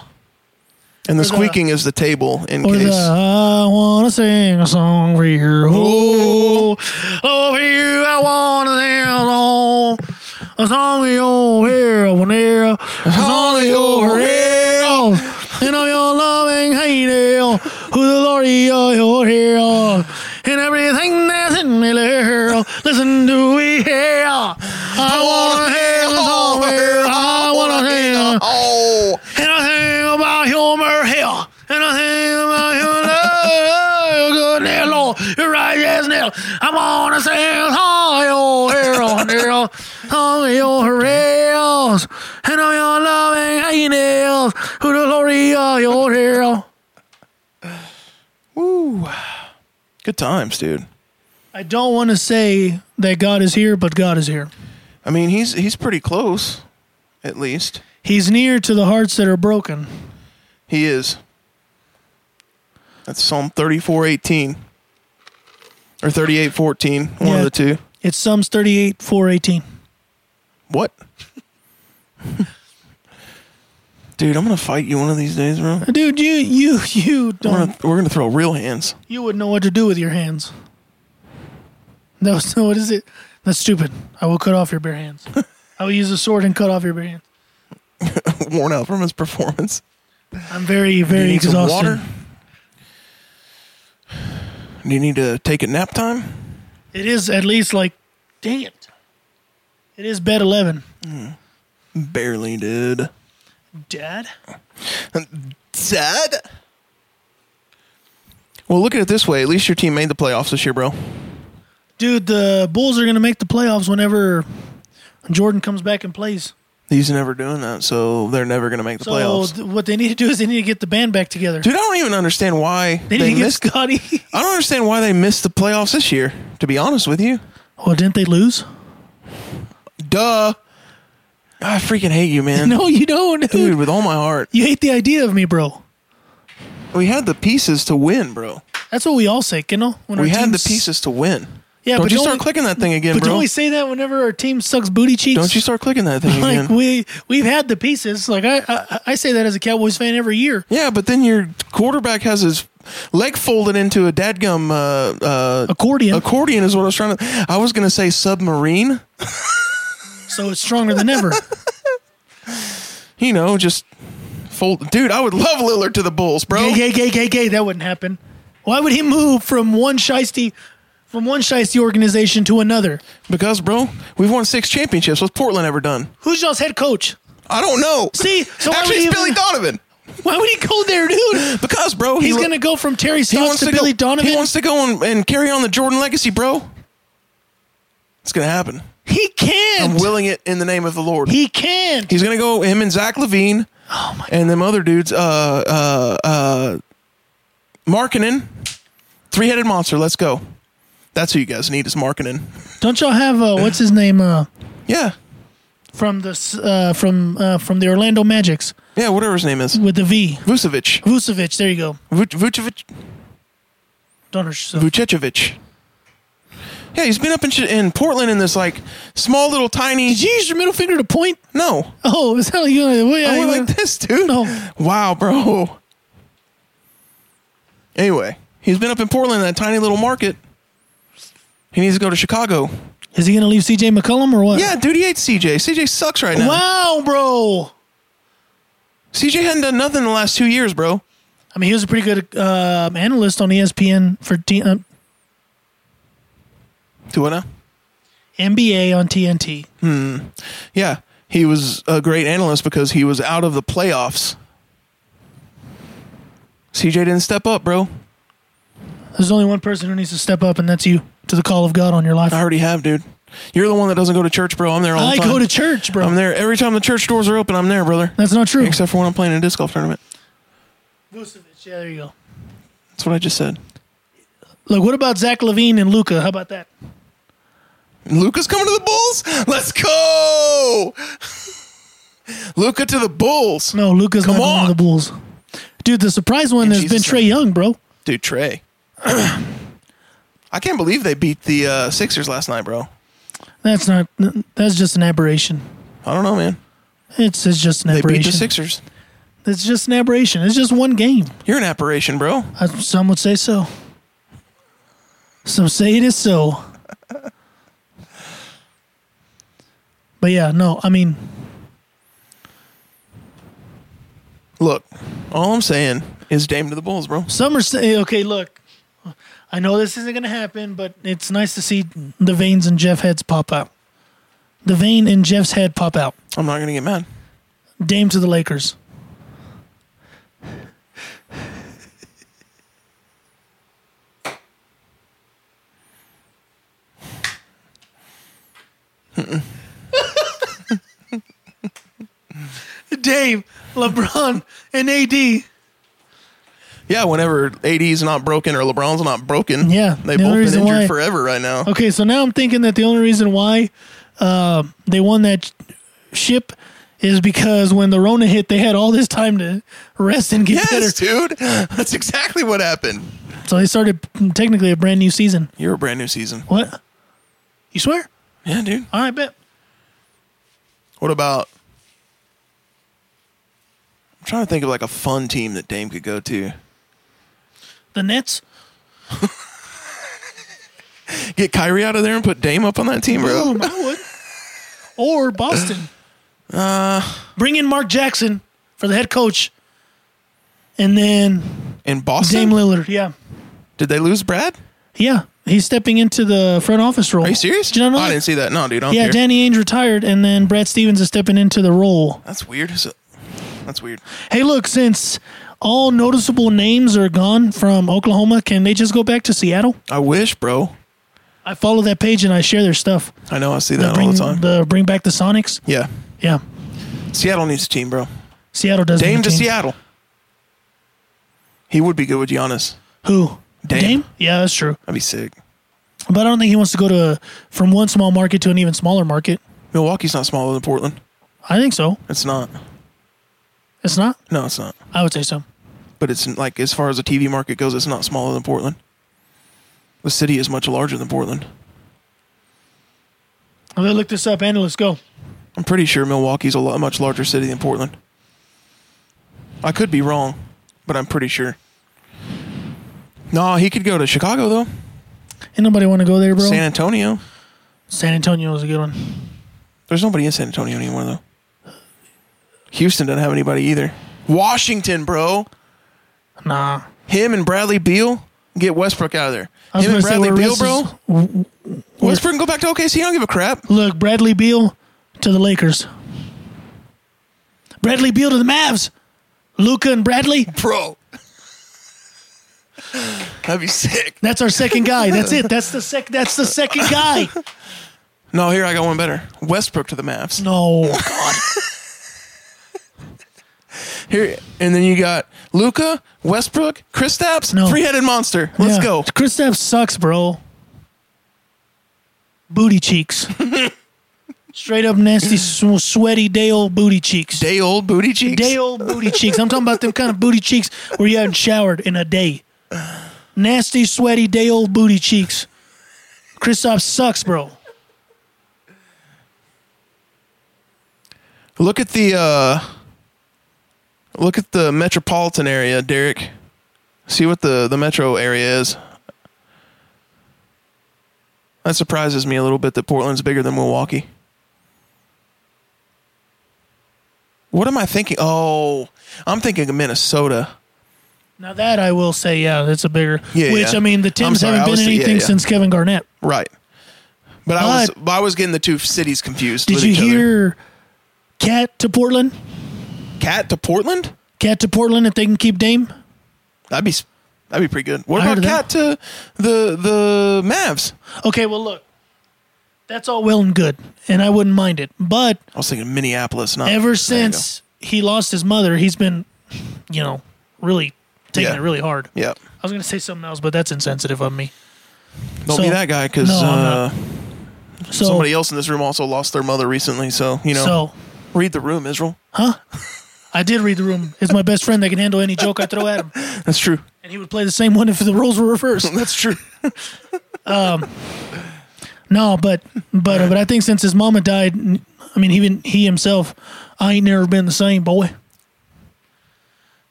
And the squeaking is the table in Or the case. I want to sing a song for you. Oh, oh, for you, I want to sing a song. A song for you, oh, here, oh, here. A song for you, oh, here. And of your loving hate, who the glory of your hero. And everything that's in me, Lord, listen to we hear. I want to hear the song, here. I want to hear. Oh, And I think about humor hell. And I think about your love, good dear Lord, your righteous nail. I'm gonna sing all your hero, hero, all your heroes, and all your loving angels, who the glory of your hero. good times, dude. I don't want to say that God is here, but God is here. I mean, he's he's pretty close, at least He's near to the hearts that are broken. he is. That's Psalm thirty-four eighteen or thirty-eight fourteen. One Yeah. of the two. It's Psalms 38, 418. What? Dude, I'm gonna fight you one of these days, bro. Dude, you you you We're don't gonna, we're gonna throw real hands. You wouldn't know what to do with your hands. No, so what is it? That's stupid. I will cut off your bare hands. I will use a sword and cut off your bare hands. Worn out from his performance. I'm very, Do you very need some exhausted. water? Do you need to take a nap time? It is at least like, dang it. It is bed 11. Barely, dude. Dad? Dad. Well, look at it this way. At least your team made the playoffs this year, bro. Dude, the Bulls are going to make the playoffs whenever Jordan comes back and plays. He's never doing that, so they're never going to make the So playoffs. th- what they need to do is they need to get the band back together. Dude, I don't even understand why they they, need to get missed. Scotty. I don't understand why they missed the playoffs this year. To be honest with you, well, didn't they lose? duh. I freaking hate you, man. No, you don't, Dude, dude. with all my heart. You hate the idea of me, bro. We had the pieces to win, bro. That's what we all say, you know. When our We had the teams- pieces to win. Yeah, don't but you don't start we- clicking that thing again, But bro. don't we say that whenever our team sucks booty cheeks? Don't you start clicking that thing Like again. we we've had the pieces. Like I, I I say that as a Cowboys fan every year. Yeah, but then your quarterback has his leg folded into a dadgum uh, uh, Accordion, accordion is what I was trying to. I was gonna say submarine. so it's stronger than ever. You know, just fold. Dude, I would love Lillard to the Bulls, gay, bro. gay, gay, gay, gay. That wouldn't happen. Why would he move from one shiesty, from one shiesty organization to another? Because, bro, we've won six championships. What's Portland ever done? Who's y'all's head coach? I don't know. See, so why would actually, he it's even, Billy Donovan. why would he go there, dude? Because, bro, he He's lo- gonna go from Terry he Stotts to, go- Billy Donovan. He wants to go and, and carry on the Jordan legacy, bro. It's gonna happen. He I'm can't. willing it in the name of the Lord. he Oh can't. He's gonna go him and Zach Levine. and them other dudes. Uh, uh, uh, Markkinen, three headed monster. Let's go. That's who you guys need is Markkinen. Don't y'all have uh, what's his name? Uh, Yeah, from the s- uh, from uh, from the Orlando Magics yeah. Whatever his name is, with the V. Vucevic, Vucevic, there you go. Vuc- Vucevic, Don't hurt yourself. Vucevic. Yeah, he's been up in Ch- in Portland in this like small little tiny. Did you use your middle finger to point? No, Oh, is that like you? Well, yeah, I you went like went- this, dude. No. Wow, bro. Anyway, he's been up in Portland in that tiny little market. He needs to go to Chicago. Is he gonna leave CJ McCollum or what? Yeah, dude, he hates CJ. CJ sucks right now. Wow, bro. CJ hadn't done nothing in the last two years, bro. I mean, he was a pretty good um analyst on ESPN for T- uh, Do what now? NBA on TNT. Yeah, he was a great analyst because he was out of the playoffs. CJ didn't step up, bro. There's only one person who needs to step up, and that's you to the call of God on your life. I already have, dude. You're the one that doesn't go to church, bro. I'm there all the I time. go to church, bro. I'm there every time the church doors are open. I'm there, brother. That's not true. Except for when I'm playing in a disc golf tournament. Vucevic. Yeah, there you go. That's what I just said. Look, what about Zach Levine and Luca? How about that? Luca's coming to the Bulls. Let's go, Luca to the Bulls, No, Luca's Come not going on. to the Bulls. Dude, the surprise one In has been Jesus' Trey name. Young, bro. dude. Trey, I can't believe they beat the uh, Sixers last night, bro. That's not. That's just an aberration. I don't know, man. It's, it's just an They beat the aberration. Sixers. It's just an aberration. It's just one game. You're an apparition, bro. Uh, Some would say so. Some say it is so. But yeah, no, I mean, Look, all I'm saying is Dame to the Bulls, bro. some are saying, okay, look, I know this isn't going to happen, but it's nice to see the veins in Jeff heads pop out. The vein in Jeff's head pop out. I'm not gonna get mad. Dame to the Lakers. Dave, LeBron, and AD. Yeah, whenever AD's not broken or LeBron's not broken, Yeah, the they only both been reason injured why- forever right now. Okay, so now I'm thinking that the only reason why uh, they won that ship is because when the Rona hit, they had all this time to rest and get Yes, better. dude. That's exactly what happened. So they started mm, technically a brand new season. You're a brand new season. What? You swear? Yeah, dude. All right, bet. What about? I'm trying to think of like a fun team that Dame could go to. The Nets? Get Kyrie out of there and put Dame up on that team, bro. Boom, I would. Or Boston. Uh, Bring in Mark Jackson for the head coach. And then In Boston, Dame Lillard. Yeah. did they lose Brad? Yeah. He's stepping into the front office role. Are you serious? Did you not know I that? didn't see that. No, dude. I don't Yeah, care. Danny Ainge retired, and then Brad Stevens is stepping into the role. That's weird. Is it- That's weird. Hey, look, since all noticeable names are gone from Oklahoma, can they just go back to Seattle? I wish, bro. I follow that page and I share their stuff. I know. I see The that all bring, the time. the bring back the Sonics. yeah, Yeah, Seattle needs a team, bro. Seattle does. Dame need a to team. Seattle. He would be good with Giannis. Who? Dame. Yeah, that's true. That'd be sick. But I don't think he wants to go to from one small market to an even smaller market. Milwaukee's not smaller than Portland. I think so. It's not. It's not. No, it's not. I would say so. But it's like as far as the TV market goes, it's not smaller than Portland. The city is much larger than Portland. I'm gonna look this up. Analysts, go. I'm pretty sure Milwaukee's a lot, much larger city than Portland. I could be wrong, but I'm pretty sure. No, he could go to Chicago though. Ain't nobody want to go there, bro. San Antonio. San Antonio is a good one. There's nobody in San Antonio anymore though. Houston doesn't have anybody either. Washington, bro. Nah. Him and Bradley Beal get Westbrook out of there. I was Him and gonna say, Bradley where Beal, Russ bro. is- Westbrook can go back to OKC. I don't give a crap. Look, Bradley Beal to the Lakers. Bradley Beal to the Mavs. Luca and Bradley. Bro. That'd be sick. That's our second guy. That's it. That's the sec. That's the second guy. No, here I got one better. Westbrook to the Mavs. No, God. Here and then you got Luca, Westbrook, Kristaps, No. three-headed monster. Let's Yeah. go. Kristaps sucks, bro. Booty cheeks. Straight up nasty, sw- sweaty day old booty cheeks. Day old booty cheeks. Day old booty cheeks. I'm talking about them kind of booty cheeks where you haven't showered in a day. Nasty, sweaty, day old booty cheeks. Kristaps sucks, bro. Look at the uh look at the metropolitan area, Derek. See what the the metro area is. That surprises me a little bit that Portland's bigger than Milwaukee. What am I thinking? Oh, I'm thinking of Minnesota. Now that I will say, yeah, that's a bigger. Yeah, which yeah. I mean, the I'm Timbs sorry, I haven't was been th- yeah, anything yeah. since Kevin Garnett. Right. But I was But- I was getting the two cities confused. Did with you each hear Cat to Portland? other. Cat to Portland? Cat to Portland if they can keep Dame? That'd be s- that'd be pretty good. What I about heard Cat to the the Mavs? Okay, well look. That's all well and good, and I wouldn't mind it. But I was thinking Minneapolis. Not Oh, there you ever go. since he lost his mother, he's been, you know, really taking Yeah. it really hard. Yeah. I was going to say something else, but that's insensitive of me. Don't So- be that guy because No, I'm uh, So, somebody else in this room also lost their mother recently. So you know, so read the room, Israel. I did read the room. It's my best friend that can handle any joke I throw at him, That's true. and he would play the same one if the roles were reversed. That's true. No, but but but I think since his mama died, n- I mean even he himself, I ain't never been the same boy.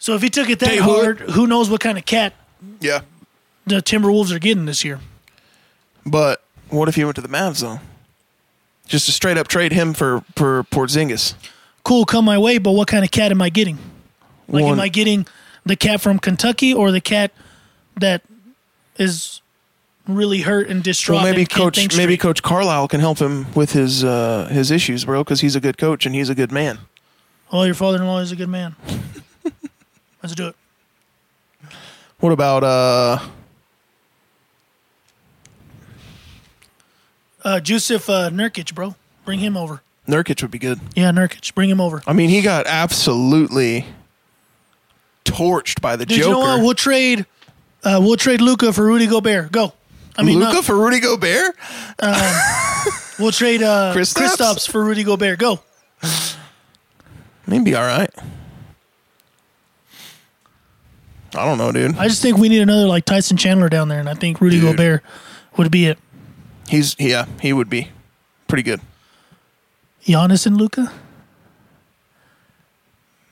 So if he took it that Tell you what. hard, who knows what kind of cat yeah, the Timberwolves are getting this year? but what if he went to the Mavs though? Just to straight up trade him for for Porzingis. Cool, come my way, but what kind of cat am I getting? Like, One- am I getting the cat from Kentucky or the cat that is really hurt and distraught? well, maybe and can't coach think maybe straight? Coach Carlisle can help him with his uh, his issues, bro, because he's a good coach and he's a good man. Oh, your father-in-law is a good man. Let's do it. What about uh? Uh, Joseph uh, Nurkic, bro, bring him over. Nurkic would be good. Yeah, Nurkic, bring him over. I mean, he got absolutely torched by the Dude, Joker. you know what? We'll trade. Uh, we'll trade Luca for Rudy Gobert. Go. I mean, Luca not- for Rudy Gobert? we'll trade uh, Kristaps? Kristaps for Rudy Gobert. Go. He'd be all right. I don't know, dude. I just think we need another like Tyson Chandler down there, and I think Rudy Dude. Gobert would be it. He's yeah, he would be pretty good. Giannis and Luca?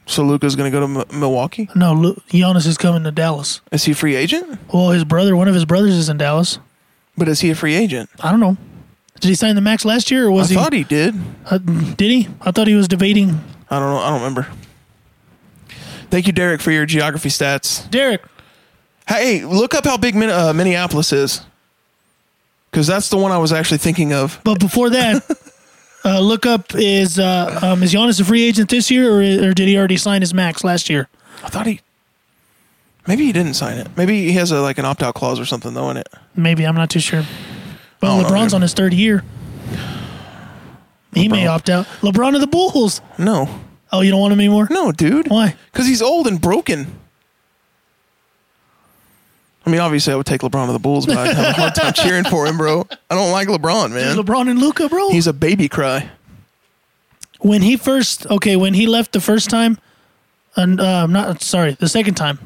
So Luca's gonna go to M- Milwaukee. No, Lu- Giannis is coming to Dallas. Is he free agent? Well, his brother, one of his brothers, is in Dallas. But is he a free agent? I don't know. Did he sign the max last year, or was I he? thought he did. uh, did he? I thought he was debating I don't know. I don't remember. Thank you, Derek, for your geography stats. Derek. Hey, look up how big Min- uh, Minneapolis is, because that's the one I was actually thinking of. But before that, uh, look up is uh, um, is Giannis a free agent this year, or, or did he already sign his max last year? I thought he, maybe he didn't sign it. Maybe he has a like an opt out clause or something though in it. Maybe I'm not too sure. But I don't know, LeBron's dude. on his third year. He may LeBron. opt out. LeBron of the Bulls. No, Oh, you don't want him anymore? no, dude. Why? Because he's old and broken. I mean, obviously, I would take LeBron to the Bulls, but I'd have a hard time cheering for him, bro. I don't like LeBron, man. LeBron and Luca, bro. He's a baby cry. when he first okay when he left the first time and uh, not sorry the second time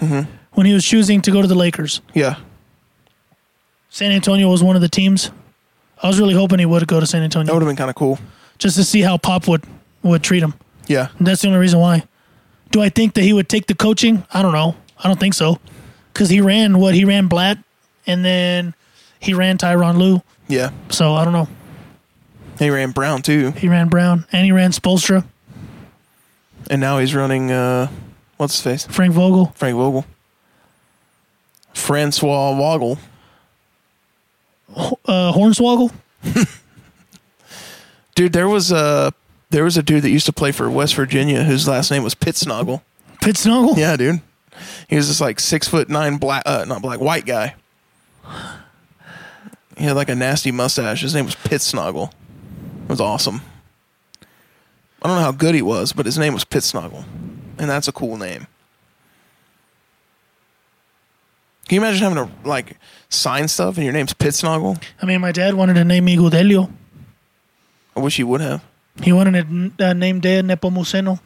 Mm-hmm. when he was choosing to go to the lakers Yeah. san antonio was one of the teams i was really hoping he would go to san That antonio would have been kind of cool. just to see how pop would would treat him Yeah. And that's the only reason why do i think that he would take the coaching i don't know i don't think so because he ran what he ran blatt and then he ran tyron lou Yeah. so i don't know He ran Brown, too. he ran brown and he ran spolstra And now he's running, uh, what's his face? frank vogel Frank Vogel. Francois Woggle. uh, hornswoggle Dude, there was a. There was a dude that used to play for West Virginia whose last name was Pitsnoggle. pitsnoggle Yeah, dude. He was this like six foot nine black, uh, not black, white guy. He had like a nasty mustache. His name was Pit Snoggle. It was awesome. I don't know how good he was, but his name was Pit Snoggle, and that's a cool name. Can you imagine having to like sign stuff and your name's Pit Snoggle? I mean, my dad wanted to name me Gudelio. I wish you would have. He wanted to uh, name Dea Nepomuceno.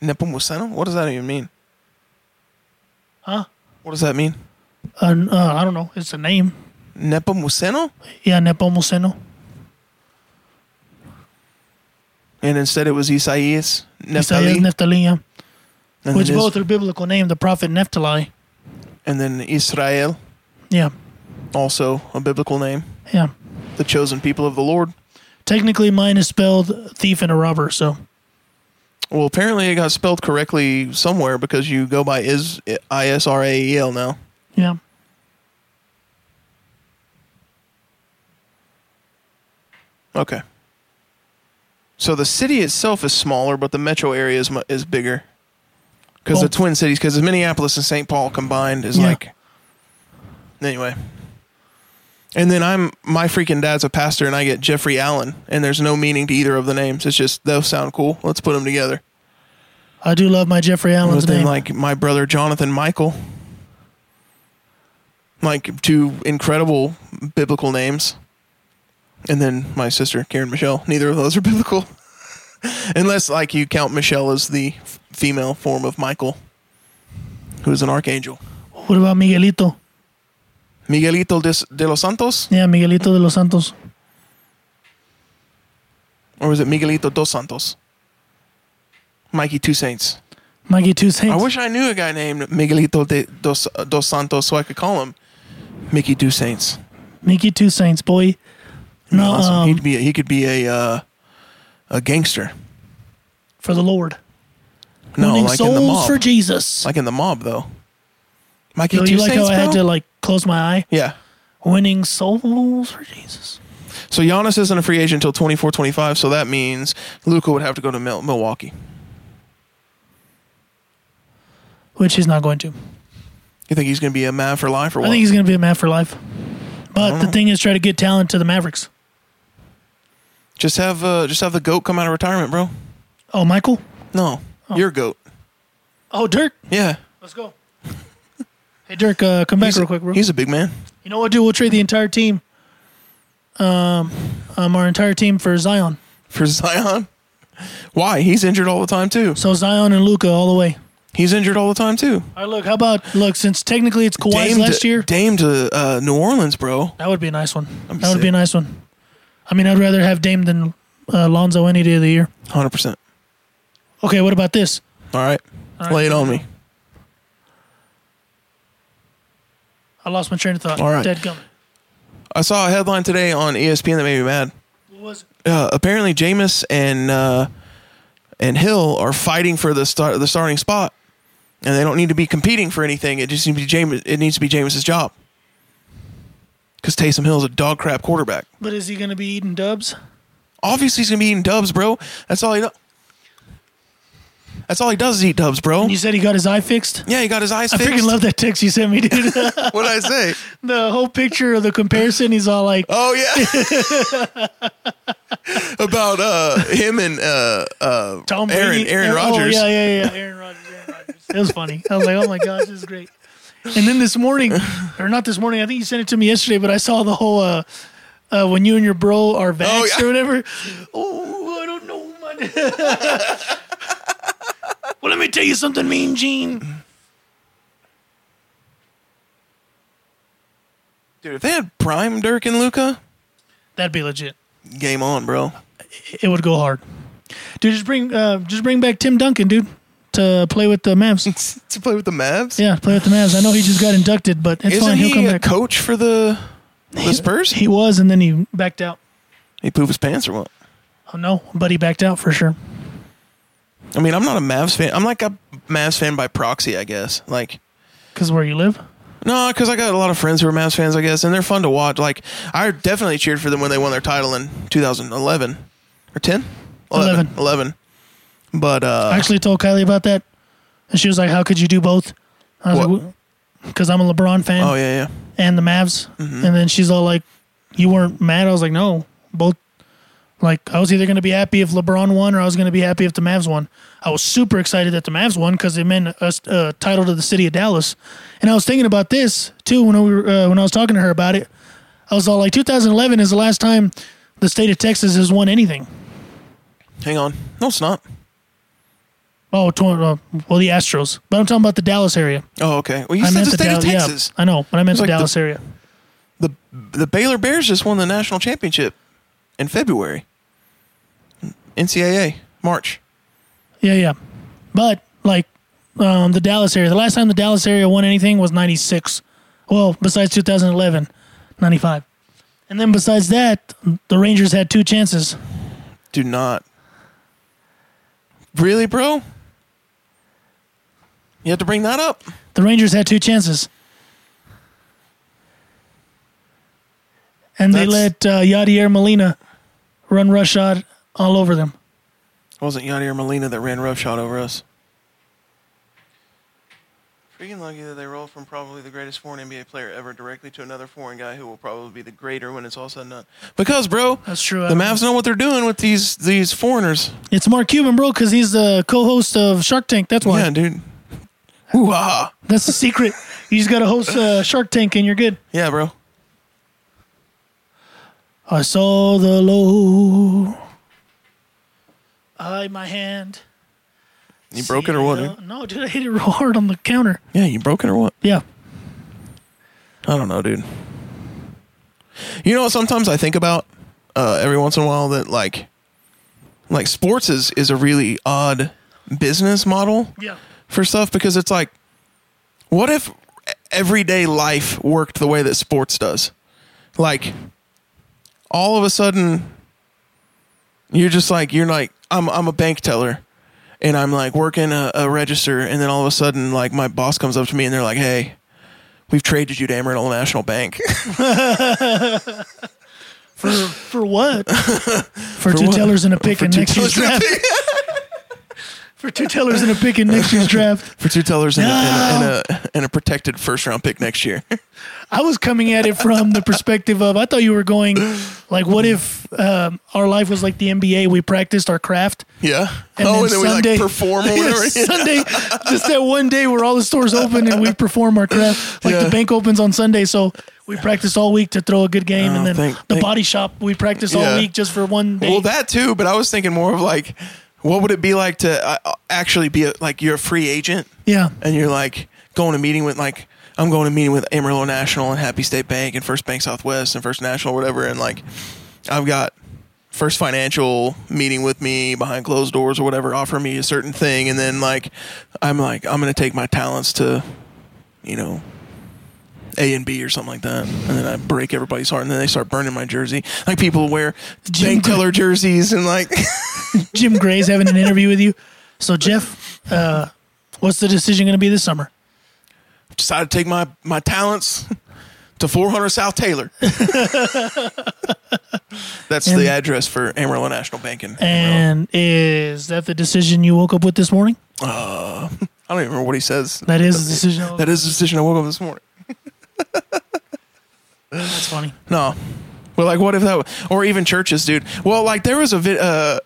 Nepomuceno? What does that even mean? Huh? What does that mean? Uh, n- uh, I don't know. It's a name. Nepomuceno? Yeah, Nepomuceno. And instead it was Isaias Isaias Neftali. Neftali, yeah. and Which it is- both are biblical name. The prophet Neftali. and then Israel, Yeah. also a biblical name. Yeah. the chosen people of the Lord. Technically, mine is spelled thief and a robber. So Well, apparently it got spelled correctly somewhere because you go by is I S R A E L now. yeah. Okay. So the city itself is smaller, but the metro area is mu- is bigger. Because Well- the Twin Cities, because Minneapolis and St. Paul combined is Yeah. like. Anyway. And then I'm my freaking dad's a pastor, and I get Jeffrey Allen, and there's no meaning to either of the names. It's just they'll sound cool. Let's put them together. I do love my Jeffrey Allen's But then, name. like my brother Jonathan Michael, like two incredible biblical names, and then my sister Karen Michelle. Neither of those are biblical, unless like you count Michelle as the f- female form of Michael, who is an archangel. what about Miguelito? Miguelito de, S- de los Santos, Yeah, Miguelito de los Santos. or is it Miguelito dos Santos? Mikey Two Saints. Mikey Two Saints. I wish I knew a guy named Miguelito de dos, dos Santos so I could call him Mickey Two Saints. Mickey Two Saints, boy. No, Awesome. um, He'd be a, he could be a uh, a gangster. for the Lord. No, Winning like in souls the mob. for Jesus. like in the mob though. Mikey Yo, Two you like Saints, how I had bro? to like close my eye? yeah. Winning souls for Jesus. So Giannis isn't a free agent until 24 25, so that means Luca would have to go to Mil- Milwaukee. Which he's not going to. You think he's going to be a man for life or what? I think he's going to be a man for life. But the know. thing is, try to get talent to the Mavericks. just have uh, just have the goat come out of retirement, bro. Oh, Michael? No. Your goat. Oh, Dirk. Yeah. Let's go. hey, Dirk, uh, come back He's, real quick, bro. he's a big man. You know what, dude? We'll trade the entire team, um, um, our entire team for Zion. For Zion. Why? He's injured all the time too. So Zion and Luca all the way. He's injured all the time too. All right, look. How about look? Since technically it's Kawhi's Dame last to, year, Dame to uh, New Orleans, bro. that would be a nice one. That be would be a sick. nice one. I mean, I'd rather have Dame than uh, Lonzo any day of the year. 100%. Okay, what about this? All right. All right. Lay it on me. I lost my train of thought. All right. Dead gum. I saw a headline today on E ESPN that made me mad. What was it? Uh, apparently, Jameis and uh, and Hill are fighting for the start the starting spot, and they don't need to be competing for anything. It just needs to be Jameis. It needs to be Jameis's job because Taysom Hill is a dog crap quarterback. But is he going to be eating dubs? Obviously, he's gonna be eating dubs, bro. That's all he. Do- That's all he does is eat dubs, bro. And you said he got his eye fixed. Yeah, he got his eyes I fixed. freaking love that text you sent me, dude. what did I say? the whole picture of the comparison. He's all like, Oh yeah. About uh him and uh uh Tom Aaron- Brady. Aaron Oh, Rodgers. yeah, yeah, yeah. Aaron Rodgers. Aaron Rodgers. It was funny. I was like, oh my gosh, this is great. And then this morning, or not this morning, I think you sent it to me yesterday, but I saw the whole uh, uh, when you and your bro are vaxxed Oh, yeah. or whatever. Oh, I don't know, man. well, let me tell you something, Mean Gene. Dude, if they had Prime Dirk and Luca, That'd be legit. game on, bro. It would go hard, dude. Just bring, uh, just bring back Tim Duncan, dude, to play with the Mavs. to play with the Mavs? Yeah, play with the Mavs. I know he just got inducted, but it's Isn't fine. He'll he come a back. coach for the the Spurs? He, he was, and then he backed out. pooped his pants or what? Oh no, but he backed out for sure. I mean, I'm not a Mavs fan. I'm like a Mavs fan by proxy, I guess. Like Cause where you live, no, because I got a lot of friends who are Mavs fans, I guess, and they're fun to watch. Like I definitely cheered for them when they won their title in 2011 or 10, 11, 11. 11. But uh, I actually told Kylie about that, and she was like, "How could you do both?" I was What? like, "Because I'm a LeBron fan oh yeah, yeah. and the Mavs." Mm-hmm. And then she's all like, "You weren't mad?" I was like, "No, both." Like I was either going to be happy if LeBron won, or I was going to be happy if the Mavs won. I was super excited that the Mavs won because it meant a, a title to the city of Dallas. And I was thinking about this too when we were, uh, when I was talking to her about it. I was all like, 2011 is the last time the state of Texas has won anything. Hang on, no, it's not. Oh, tw- uh, well, the Astros, but I'm talking about the Dallas area. Oh, okay. Well, you I said the state Dal- of Texas. Yeah, I know, but I meant It's the like the- Dallas area. The the Baylor Bears just won the national championship in February. NCAA March. Yeah, yeah, but like um, the Dallas area. The last time the Dallas area won anything was '96. Well, besides 2011, '95, and And then besides that, the Rangers had two chances. Do not. Really, bro? You have to bring that up? The Rangers had two chances. And they That's- let uh, Yadier Molina run roughshod all over them. It wasn't Yadier Molina that ran roughshod over us. Freaking lucky that they rolled from probably the greatest foreign NBA player ever directly to another foreign guy who will probably be the greater when it's all said and done. Because, bro, That's true. the Mavs know what they're doing with these these foreigners. It's Mark Cuban, bro, because he's the co-host of Shark Tank. That's why. Yeah, dude. Woo-ah. That's the secret. You just got to host uh, Shark Tank and you're good. Yeah, bro. I saw the low. I hide my hand. You broke it or what, dude? No, dude, I hit it real hard on the counter. Yeah, you broke it or what? Yeah. I don't know, dude. You know what sometimes I think about uh, every once in a while that like like sports is is a really odd business model Yeah. for stuff because it's like what if everyday life worked the way that sports does? Like all of a sudden you're just like you're like I'm I'm a bank teller and I'm like working a, a register and then all of a sudden like my boss comes up to me and they're like, "Hey, we've traded you to Amarillo National Bank." For for what? for, two what? tellers and a pick in two next year's tellers and a draft. for two tellers and a pick in next year's draft. for two tellers and, a, and, a, and, a, and a protected first round pick next year. I was coming at it from the perspective of I thought you were going like, what if um, our life was like the NBA? We practiced our craft. yeah. oh, and then we like perform or Yeah, whatever. Sunday, just that one day where all the stores open and we perform our craft. Like Yeah. the bank opens on Sunday, so we practiced all week to throw a good game, Oh, and then thank- the thank- body shop we practiced Yeah. all week just for one day. Well, that too, but I was thinking more of like, what would it be like to uh, uh, actually be a, like you're a free agent yeah, and you're like going to meeting with like I'm going to meeting with Amarillo National and Happy State Bank and First Bank Southwest and First National whatever and like I've got First Financial meeting with me behind closed doors or whatever offer me a certain thing and then like I'm like I'm going to take my talents to you know a and B or something like that, and then I break everybody's heart, and then they start burning my jersey. Like people wear Jim bank teller jerseys, and like Jim Gray's having an interview with you. So Jeff, uh, what's the decision going to be this summer? decided to take my my talents to 400 South Taylor. That's And- the address for Amarillo National Bank in Amarillo. And is that the decision you woke up with this morning? I don't even remember what he says. That is the decision. That is the decision I woke up this morning. That's funny. No. Well, like, what if that? Or even churches, dude. Well, like, there was a vi- uh,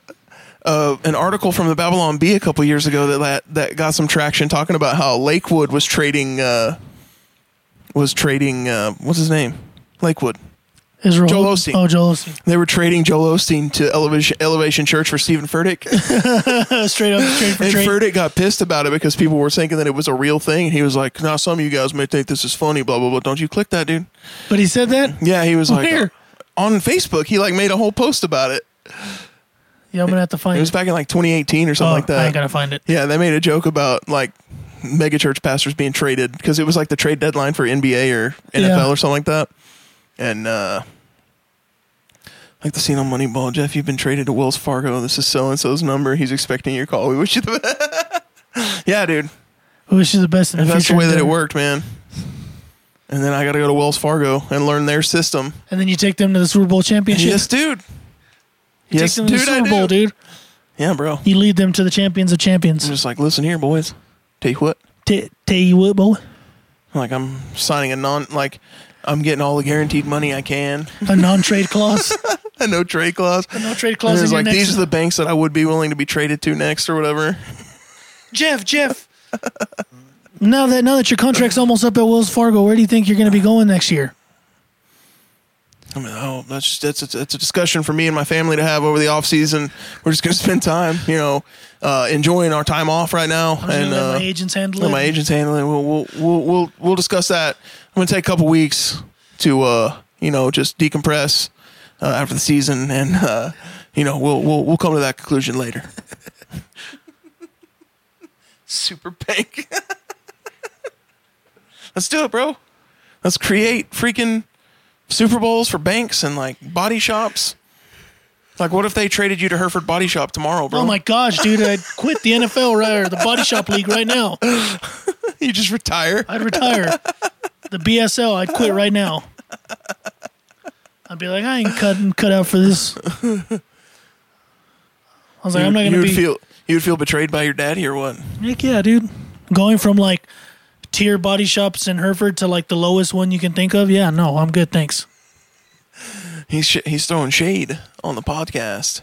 uh, an article from the Babylon Bee a couple years ago that, that that got some traction, talking about how Lakewood was trading uh, was trading uh, what's his name, Lakewood. Israel. Joel Osteen. Oh, Joel Osteen. They were trading Joel Osteen to Elevation, Elevation Church for Stephen Furtick, straight up, straight for and trade. Furtick got pissed about it because people were thinking that it was a real thing. And he was like, "Now some of you guys may think this is funny, blah blah blah. Don't you click that, dude." but he said that. Yeah, he was like uh, Where? on Facebook. He like made a whole post about it. Yeah, I'm gonna have to find It was back in like 2018 or Oh, something like I that. ain't gotta find it. yeah, they made a joke about like megachurch pastors being traded because it was like the trade deadline for NBA or NFL Yeah. or something like that. And uh like the scene on Moneyball, Jeff, you've been traded to Wells Fargo. This is so and so's number. He's expecting your call. We wish you the best. yeah, dude. We wish you the best in the If that's the future. way that it endeavor. worked, man. And then I got to go to Wells Fargo and learn their system. And then you take them to the Super Bowl championship. Yes, dude. you Yes, take them dude. to the I Super Bowl, do. dude. Yeah, bro. You lead them to the champions of champions. I'm just like, listen here, boys. Tell you what, T- tell you what, boy. like I'm signing a non, like I'm getting all the guaranteed money I can, A non-trade clause. a no trade clause. No trade And clause. it's in your like next- these are the banks that I would be willing to be traded to next or whatever. Jeff, Jeff. now that now that your contract's almost up at Wells Fargo, where do you think you're gonna be going next year? I mean, oh, that's just, that's it's, it's a discussion for me and my family to have over the off season. We're just gonna spend time, you know, uh, enjoying our time off right now, I'm just and gonna let uh, my agents handle let it. my agents handle it. We'll we'll we'll we'll, we'll discuss that. I'm gonna take a couple weeks to uh you know just decompress uh, after the season, and uh, you know we'll we'll we'll come to that conclusion later. Super bank. Let's do it, bro. Let's create freaking Super Bowls for banks and like body shops. Like, what if they traded you to Hereford Body Shop tomorrow, bro? Oh my gosh, dude! I'd quit the NFL right or the Body Shop League right now. you just retire. I'd retire. The BSL, I'd quit right now. I'd be like, I ain't cutting cut out for this. I was like, I'm not you gonna would be. feel you would feel betrayed by your daddy or what? Heck yeah, dude! Going from like tier body shops in Hereford to like the lowest one you can think of. Yeah, no, I'm good, thanks. He's sh- he's throwing shade on the podcast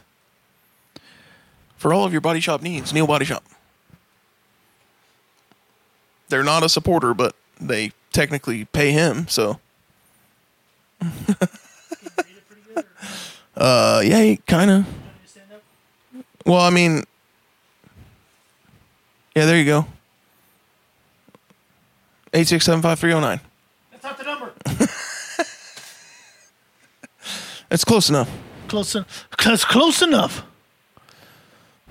for all of your body shop needs. Neil Body Shop. They're not a supporter, but they technically pay him. So. uh yeah, kind of. Well, I mean, yeah, there you go. Eight six seven five three zero nine. That's not the number. That's close enough. Close, en- that's close enough.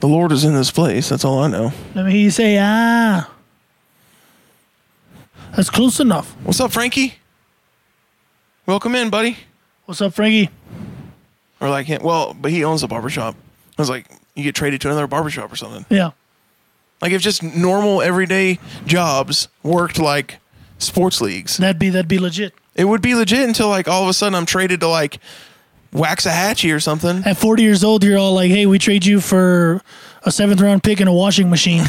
The Lord is in this place. That's all I know. Let me hear you say ah. That's close enough. What's up, Frankie? Welcome in, buddy. What's up, Frankie? Or like, him- well, but he owns a barbershop. I was like, you get traded to another barbershop or something. Yeah. Like if just normal everyday jobs worked like sports leagues, That'd be that'd be legit. it would be legit until like all of a sudden I'm traded to like Waxahachie or something. At 40 years old, you're all like, "Hey, we trade you for a seventh round pick and a washing machine."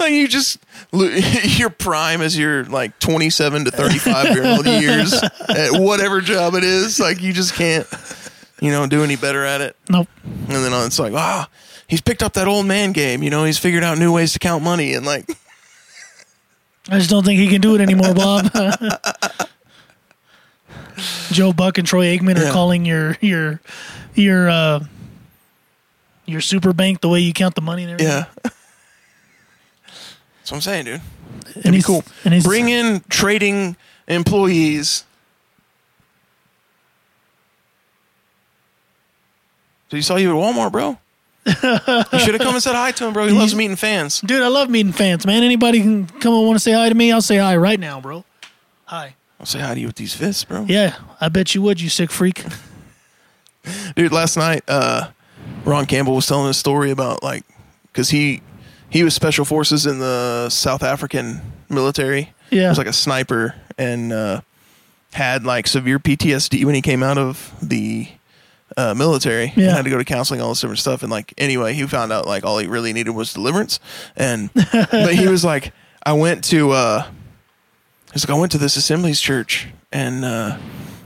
Like you just lo- your prime is your like 27 to 35 year old years at whatever job it is. Like you just can't, you know, do any better at it. nope. And then it's like, ah, he's picked up that old man game. You know, he's figured out new ways to count money. And like, I just don't think he can do it anymore, Bob. Joe Buck and Troy Aikman are Yeah. calling your your your uh, your super bank the way you count the money and everything. yeah. That's what I'm saying, dude. Yeah, and he's cool. And he's Bring in trading employees. So you saw you at Walmart, bro. you should have come and said hi to him, bro. He loves meeting fans. dude. I love meeting fans, man. Anybody can come and want to say hi to me, I'll say hi right now, bro. Hi. I'll say hi to you with these fists, bro. Yeah, I bet you would, you sick freak. dude last night uh ron campbell was telling a story about like because he he was special forces in the south african military Yeah. he was like a sniper and uh had like severe ptsd when he came out of the uh, military Yeah. and had to go to counseling all this different stuff and like anyway he found out like all he really needed was deliverance and but he was like i went to uh He's like, I went to this Assemblies church and uh,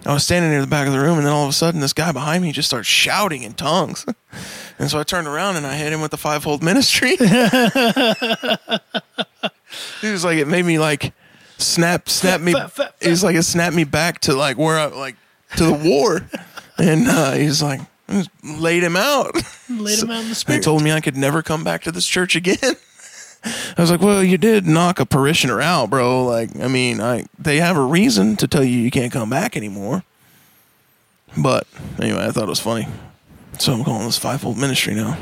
I was standing near the back of the room, and then all of a sudden, this guy behind me just starts shouting in tongues. and so I turned around and I hit him with the fivefold ministry. he was like, it made me like snap, snap me. Fa- fa- fa- He's like, it snapped me back to like where I like to the war. and uh, he's like, I just laid him out. Laid him out in the They spirit. told me I could never come back to this church again. I was like, "Well, you did knock a parishioner out, bro. Like, I mean, I they have a reason to tell you you can't come back anymore." But anyway, I thought it was funny, so I'm calling this fivefold ministry now.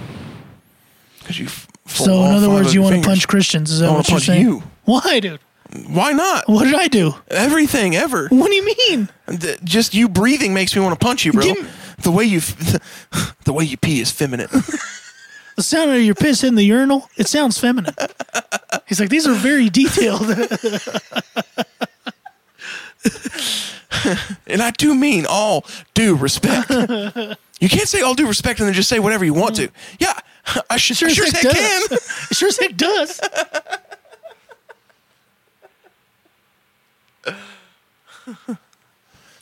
Because you, f- fold so all in other five words, of you your want to fingers. punch Christians? Is that I wanna what you're punch saying? you. Why, dude? Why not? What did I do? Everything ever. What do you mean? Th- Just you breathing makes me want to punch you, bro. Give me- the way you, f- the way you pee is feminine. The sound of your piss in the urinal, it sounds feminine. He's like, these are very detailed. And I do mean all due respect. you can't say all due respect and then just say whatever you want to. Yeah, I should sure, sure Mm. as say heck can. does. sure as heck does.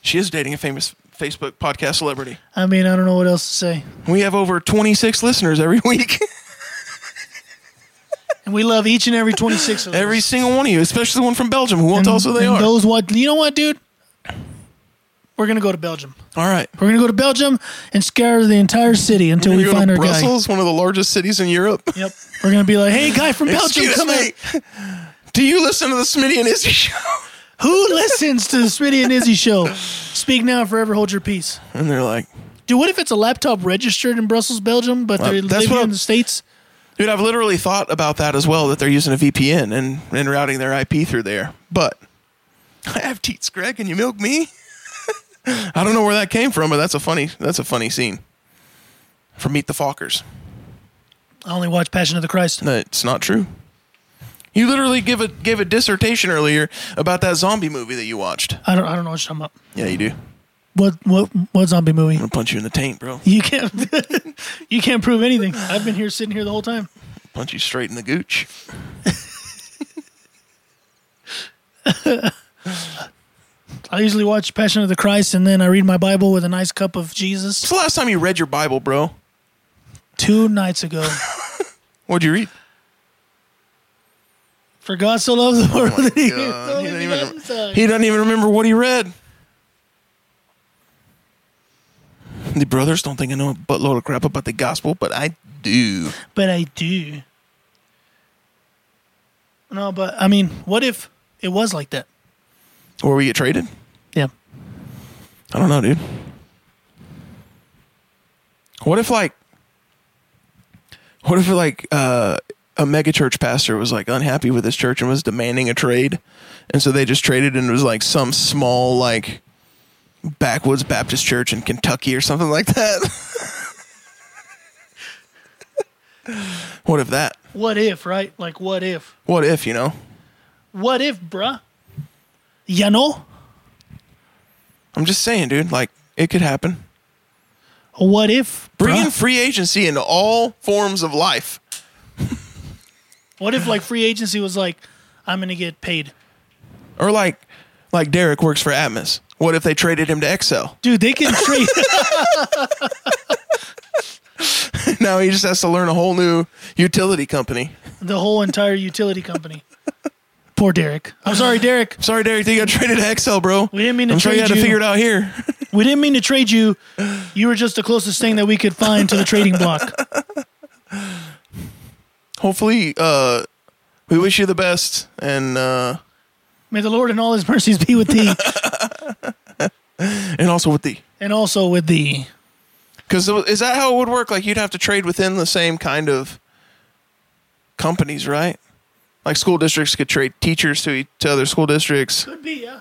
She is dating a famous Facebook podcast celebrity. I mean, I don't know what else to say. We have over 26 listeners every week. And we love each and every 26 of them. every single one of you, especially the one from Belgium who won't and, tell us who they and are. Those what? You know what, dude? We're gonna go to Belgium. all right. We're gonna go to Belgium and scour the entire city until we We're gonna find go our to Brussels, one of the largest cities in Europe. guy. Yep. We're gonna be like, hey, guy from Belgium, Excuse come me. out. Do you listen to the Smitty and Izzy show? Who listens to the Smitty and Izzy show? Speak now, or forever hold your peace. And they're like, Dude, what if it's a laptop registered in Brussels, Belgium, but Well, they that's live what here in I'm- the states? Dude, I've literally thought about that as well that they're using a VPN and, and routing their IP through there. But I have teats, Greg, and you milk me? I don't know where that came from, but that's a funny that's a funny scene. From Meet the Fockers. I only watch Passion of the Christ. That's not true. You literally give a gave a dissertation earlier about that zombie movie that you watched. I don't. I don't know what you're talking about. Yeah, you do. I'm What what what zombie movie? gonna punch you in the taint, bro. You can't. you can't prove anything. I've been here sitting here the whole time. Punch you straight in the gooch. I usually watch Passion of the Christ and then I read my Bible with a nice cup of Jesus. When's the last time you read your Bible, bro? Two nights ago, What'd you read? for God so loved the world that he gave his Oh God, he, only begotten doesn't even, Son. he doesn't even remember what he read. The brothers don't think I know a buttload of crap about the gospel, but I do. But I do. No, but I mean, what if it was like that? Where we get traded? Yeah. I don't know, dude. What if like what if like uh a megachurch pastor was like unhappy with his church and was demanding a trade and so they just traded and it was like some small like backwoods baptist church in kentucky or something like that what if that What if, right? Like, what if? what if you know What if, bruh? You know? i'm just saying dude like it could happen What if? bringing bruh? free agency into all forms of life What if like free agency was like, I'm gonna get paid, Or like like Derek works for Atmos. What if they traded him to Excel? dude? They can trade. now he just has to learn a whole new utility company. the whole entire utility company. Poor Derek. I'm sorry, Derek. Sorry, Derek, they got traded to Excel, bro. We didn't mean to I'm sure you trade had to you. figure it out here. We didn't mean to trade you. You were just the closest thing that we could find to the trading block. Hopefully, uh, we wish you the best, and uh, May the Lord in all his mercies be with thee and also with thee. and also with thee. Because is that how it would work? Like you'd have to trade within the same kind of companies, right? Like school districts could trade teachers to each to other school districts, Could be, yeah.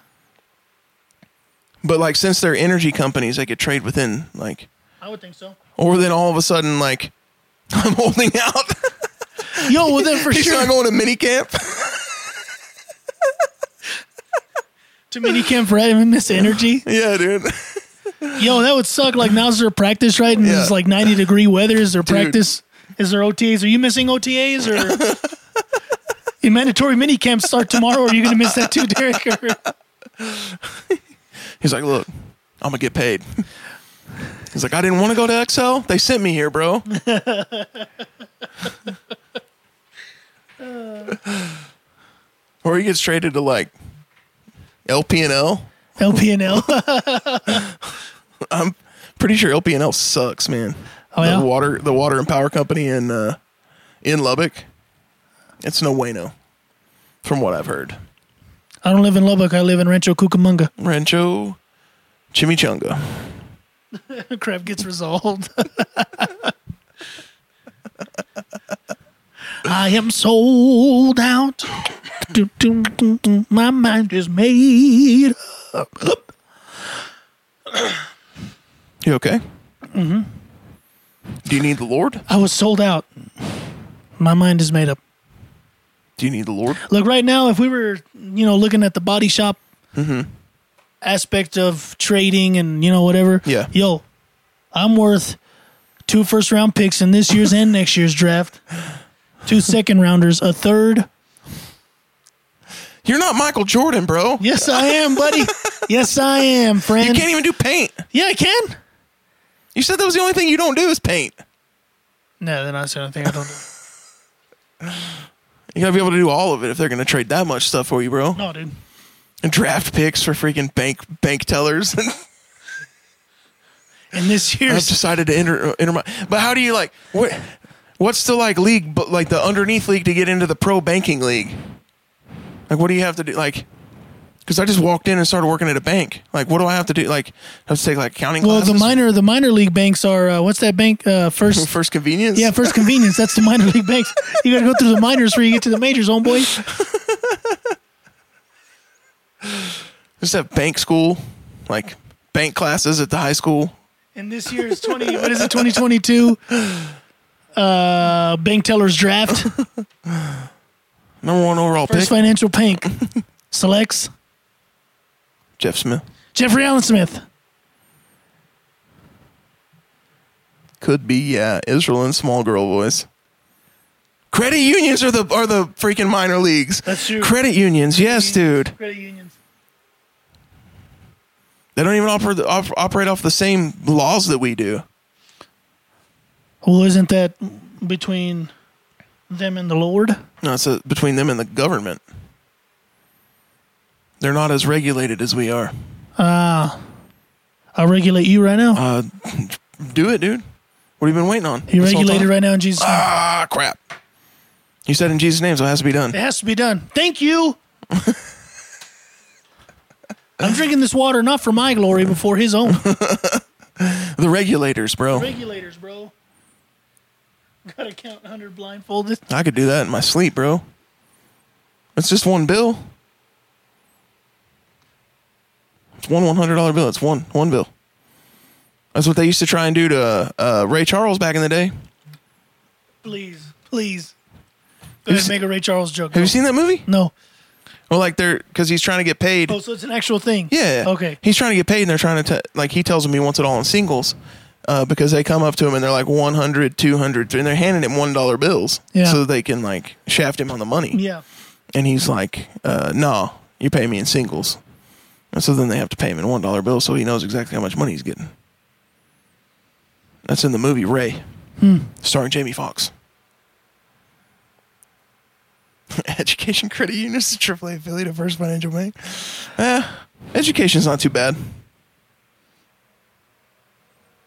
but like since they're energy companies, they could trade within like I would think so. or then all of a sudden like I'm holding out. Yo, well then for He's sure not going to mini camp. to minicamp for him miss energy. yeah, dude. Dude, Yo, that would suck. Like now's their practice, right? And Yeah. it's like 90 degree weather. Is there practice? Is there OTAs? Are you missing OTAs or? Your mandatory mini camps start tomorrow. Are you going to miss that too, Derek? Or- He's like, look, I'm gonna get paid. He's like, I didn't want to go to XL. They sent me here, bro. or he gets traded to like LPNL. LPNL. Pretty sure LPNL sucks, man. Oh, yeah? The water, the water and power company in uh, in Lubbock. It's no bueno, from what I've heard. I don't live in Lubbock. I live in Rancho Cucamonga. Rancho Chimichanga. Crap gets resolved. I am sold out. Do, do, do, do. My mind is made up. You okay? Mm-hmm. Do you need the Lord? I was sold out. My mind is made up. Do you need the Lord? Look, right now, if we were, you know, looking at the body shop aspect of trading and you know whatever, Yeah. yo, I'm worth two first round picks in this year's and next year's draft, two second rounders, a third. You're not Michael Jordan, bro. Yes, I am, buddy. yes, I am, You friend. can't even do paint. yeah, I can. You said that was the only thing you don't do is paint. No, then I said anything I don't do. You gotta be able to do all of it if they're gonna trade that much stuff for you, bro. No, dude. And draft picks for freaking bank bank tellers. I've And this year's decided to enter uh, enter my. But how do you like what? What's the like league, but like the underneath league to get into the pro banking league? Like, what do you have to do? Like, Because I just walked in and started working at a bank. Like, what do I have to do? Like, I have to take like accounting Well, classes. the minor the minor league banks are uh, what's that bank? Uh, first first convenience. Yeah, first convenience. That's the minor league banks. You gotta go through the minors before you get to the majors, homeboy. just have bank school, like bank classes at the high school. And this year is twenty. What is it? Twenty twenty two. Uh, bank tellers draft Number one overall first pick, financial bank selects Jeff Smith. Jeffrey Allen Smith. Could be yeah, Israel and small girl boys. Credit unions are the are the freaking minor leagues. That's true. Credit unions, yes, dude. Credit unions. They don't even oper- op- operate off the same laws that we do. Well, isn't that between them and the Lord? No, it's uh between them and the government. They're not as regulated as we are. I regulate you right now. Uh, do it, dude. What have you been waiting on? you this whole regulated time? right now in Jesus' name. Ah, crap. You said in Jesus' name, so it has to be done. It has to be done. Thank you. I'm drinking this water not for my glory, but for his own. The regulators, bro. Regulators, bro. Gotta count 100 blindfolded. I could do that in my sleep, bro. It's just one bill. It's one one hundred dollar bill. It's one one bill. That's what they used to try and do to uh, Ray Charles back in the day. Please, please. Go ahead, se- make a Ray Charles joke. Have you seen that movie? No. Well, like they're because he's trying to get paid. Oh, so it's an actual thing. Yeah. Okay. He's trying to get paid, and they're trying to t- like he tells him he wants it all in singles, uh, because they come up to him and they're like 100, 200, and they're handing him one dollar bills, Yeah. so they can like shaft him on the money. Yeah. And he's like, uh, "No, you pay me in singles." And so then they have to pay him in one dollar bills, so he knows exactly how much money he's getting. That's in the movie Ray, starring Jamie Foxx. Education Credit Union is a AAA affiliate of First Financial Bank. Eh, education's not too bad.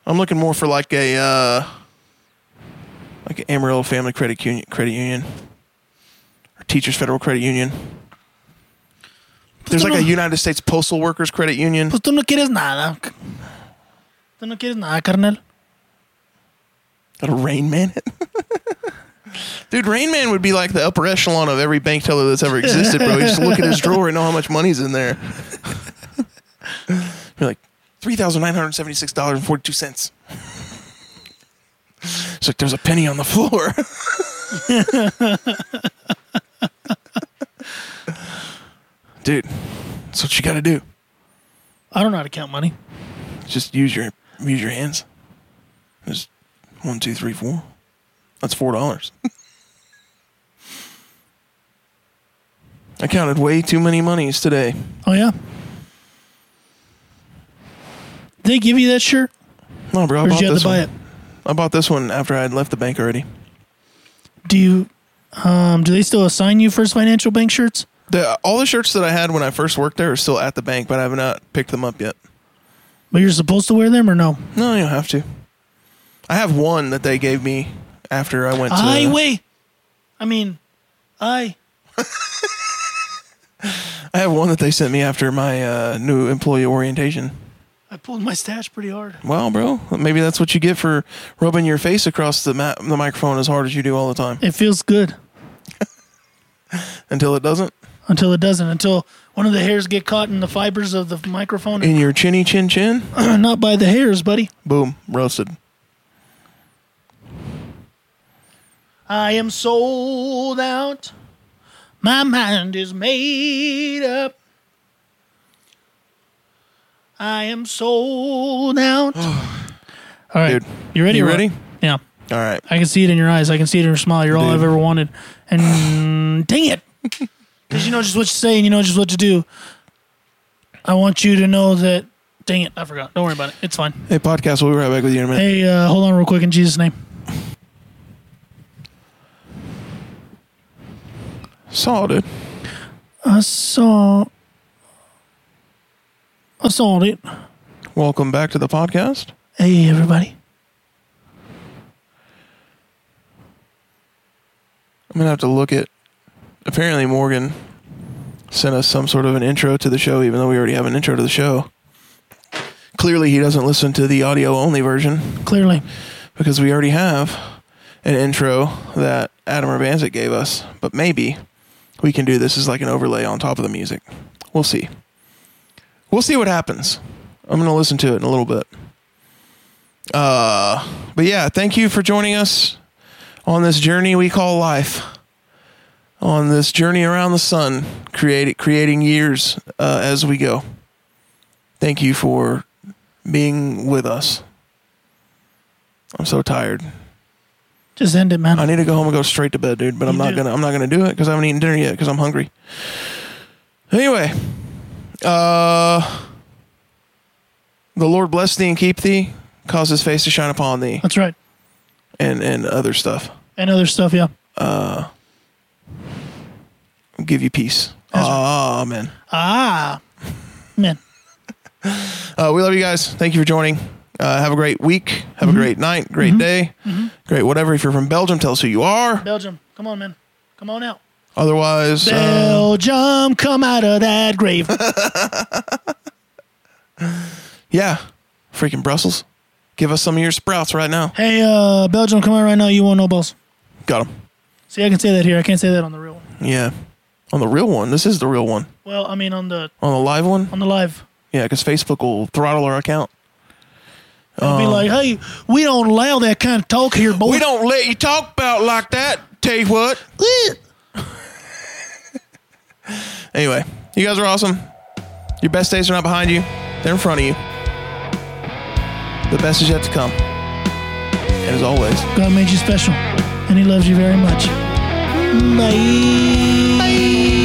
I'm looking more for like a uh, like an Amarillo Family Credit Union, Credit Union, or Teachers Federal Credit Union. There's like a them on- United States Postal Workers Credit Union. Pues tú no quieres nada. Tú no quieres nada, carnal. Got a Rain Man. Dude, Rain Man would be like the upper echelon of every bank teller that's ever existed, bro. You just look at his drawer and know how much money's in there. You're like, $3,976.42. It's like there's a penny on the floor. Dude, that's what you got to do. I don't know how to count money. Just use your use your hands. Just one, two, three, four. That's four dollars. I counted way too many monies today. Oh, yeah. Did they give you that shirt? No, bro, I Or bought did you have this to buy one. it? I bought this one after I had left the bank already. Do you. Um, do they still assign you first financial bank shirts? The, all the shirts that I had when I first worked there are still at the bank, but I have not picked them up yet. But you're supposed to wear them or no? No, you don't have to. I have one that they gave me after I went to. I wait. I mean, I I have one that they sent me after my uh, new employee orientation. I pulled my stash pretty hard. Well, bro, maybe that's what you get for rubbing your face across the ma- the microphone as hard as you do all the time It feels good until it doesn't. until it doesn't. Until one of the hairs get caught in the fibers of the microphone. In your chinny chin chin, Not by the hairs, buddy. boom, roasted. I am sold out. My mind is made up. I am sold out. All right, Dude, you ready? you or what? ready? Yeah, All right, I can see it in your eyes. I can see it in your smile. You're all Dude. I've ever wanted. And dang it, because you know just what to say and you know just what to do. I want you to know that. Dang it, I forgot. Don't worry about it. It's fine. hey podcast, we'll be right back with you in a minute. Hey, uh, hold on real quick in Jesus' name. Saw dude. I saw. I saw it. Welcome back to the podcast. Hey, everybody. I'm gonna have to look at. Apparently, Morgan sent us some sort of an intro to the show, even though we already have an intro to the show. Clearly, he doesn't listen to the audio only version Clearly, because we already have an intro that Adam Urbanzik gave us. But maybe we can do this as like an overlay on top of the music. We'll see. We'll see what happens. I'm going to listen to it in a little bit. Uh, but yeah, thank you for joining us on this journey we call life. On this journey around the sun, create, creating years uh, as we go. Thank you for being with us. I'm so tired. just end it, man. I need to go home and go straight to bed, dude. But I'm You not do. gonna. I'm not gonna do it because I haven't eaten dinner yet because I'm hungry. Anyway, uh, the Lord bless thee and keep thee, cause His face to shine upon thee, That's right. and and other stuff. And other stuff, yeah. Give you peace. Amen. Ah, man. Uh, we love you guys. Thank you for joining. Uh, have a great week. Have Mm-hmm. a great night. Great day. Great whatever. If you're from Belgium, tell us who you are. Belgium, come on, man. Come on out. Otherwise, uh, Belgium, come out of that grave. yeah, freaking Brussels. Give us some of your sprouts right now. hey, uh, Belgium, come out right now. You want no balls. Got them. See, I can say that here. I can't say that on the real one. Yeah. On the real one. This is the real one. Well, I mean on the On the live one? on the live. Yeah, because Facebook will throttle our account. It'll be like, hey, we don't allow that kind of talk here, boy. We don't let you talk about like that. Tell you what. Anyway, you guys are awesome. Your best days are not behind you, they're in front of you. The best is yet to come. And as always, God made you special, and He loves you very much. Bye.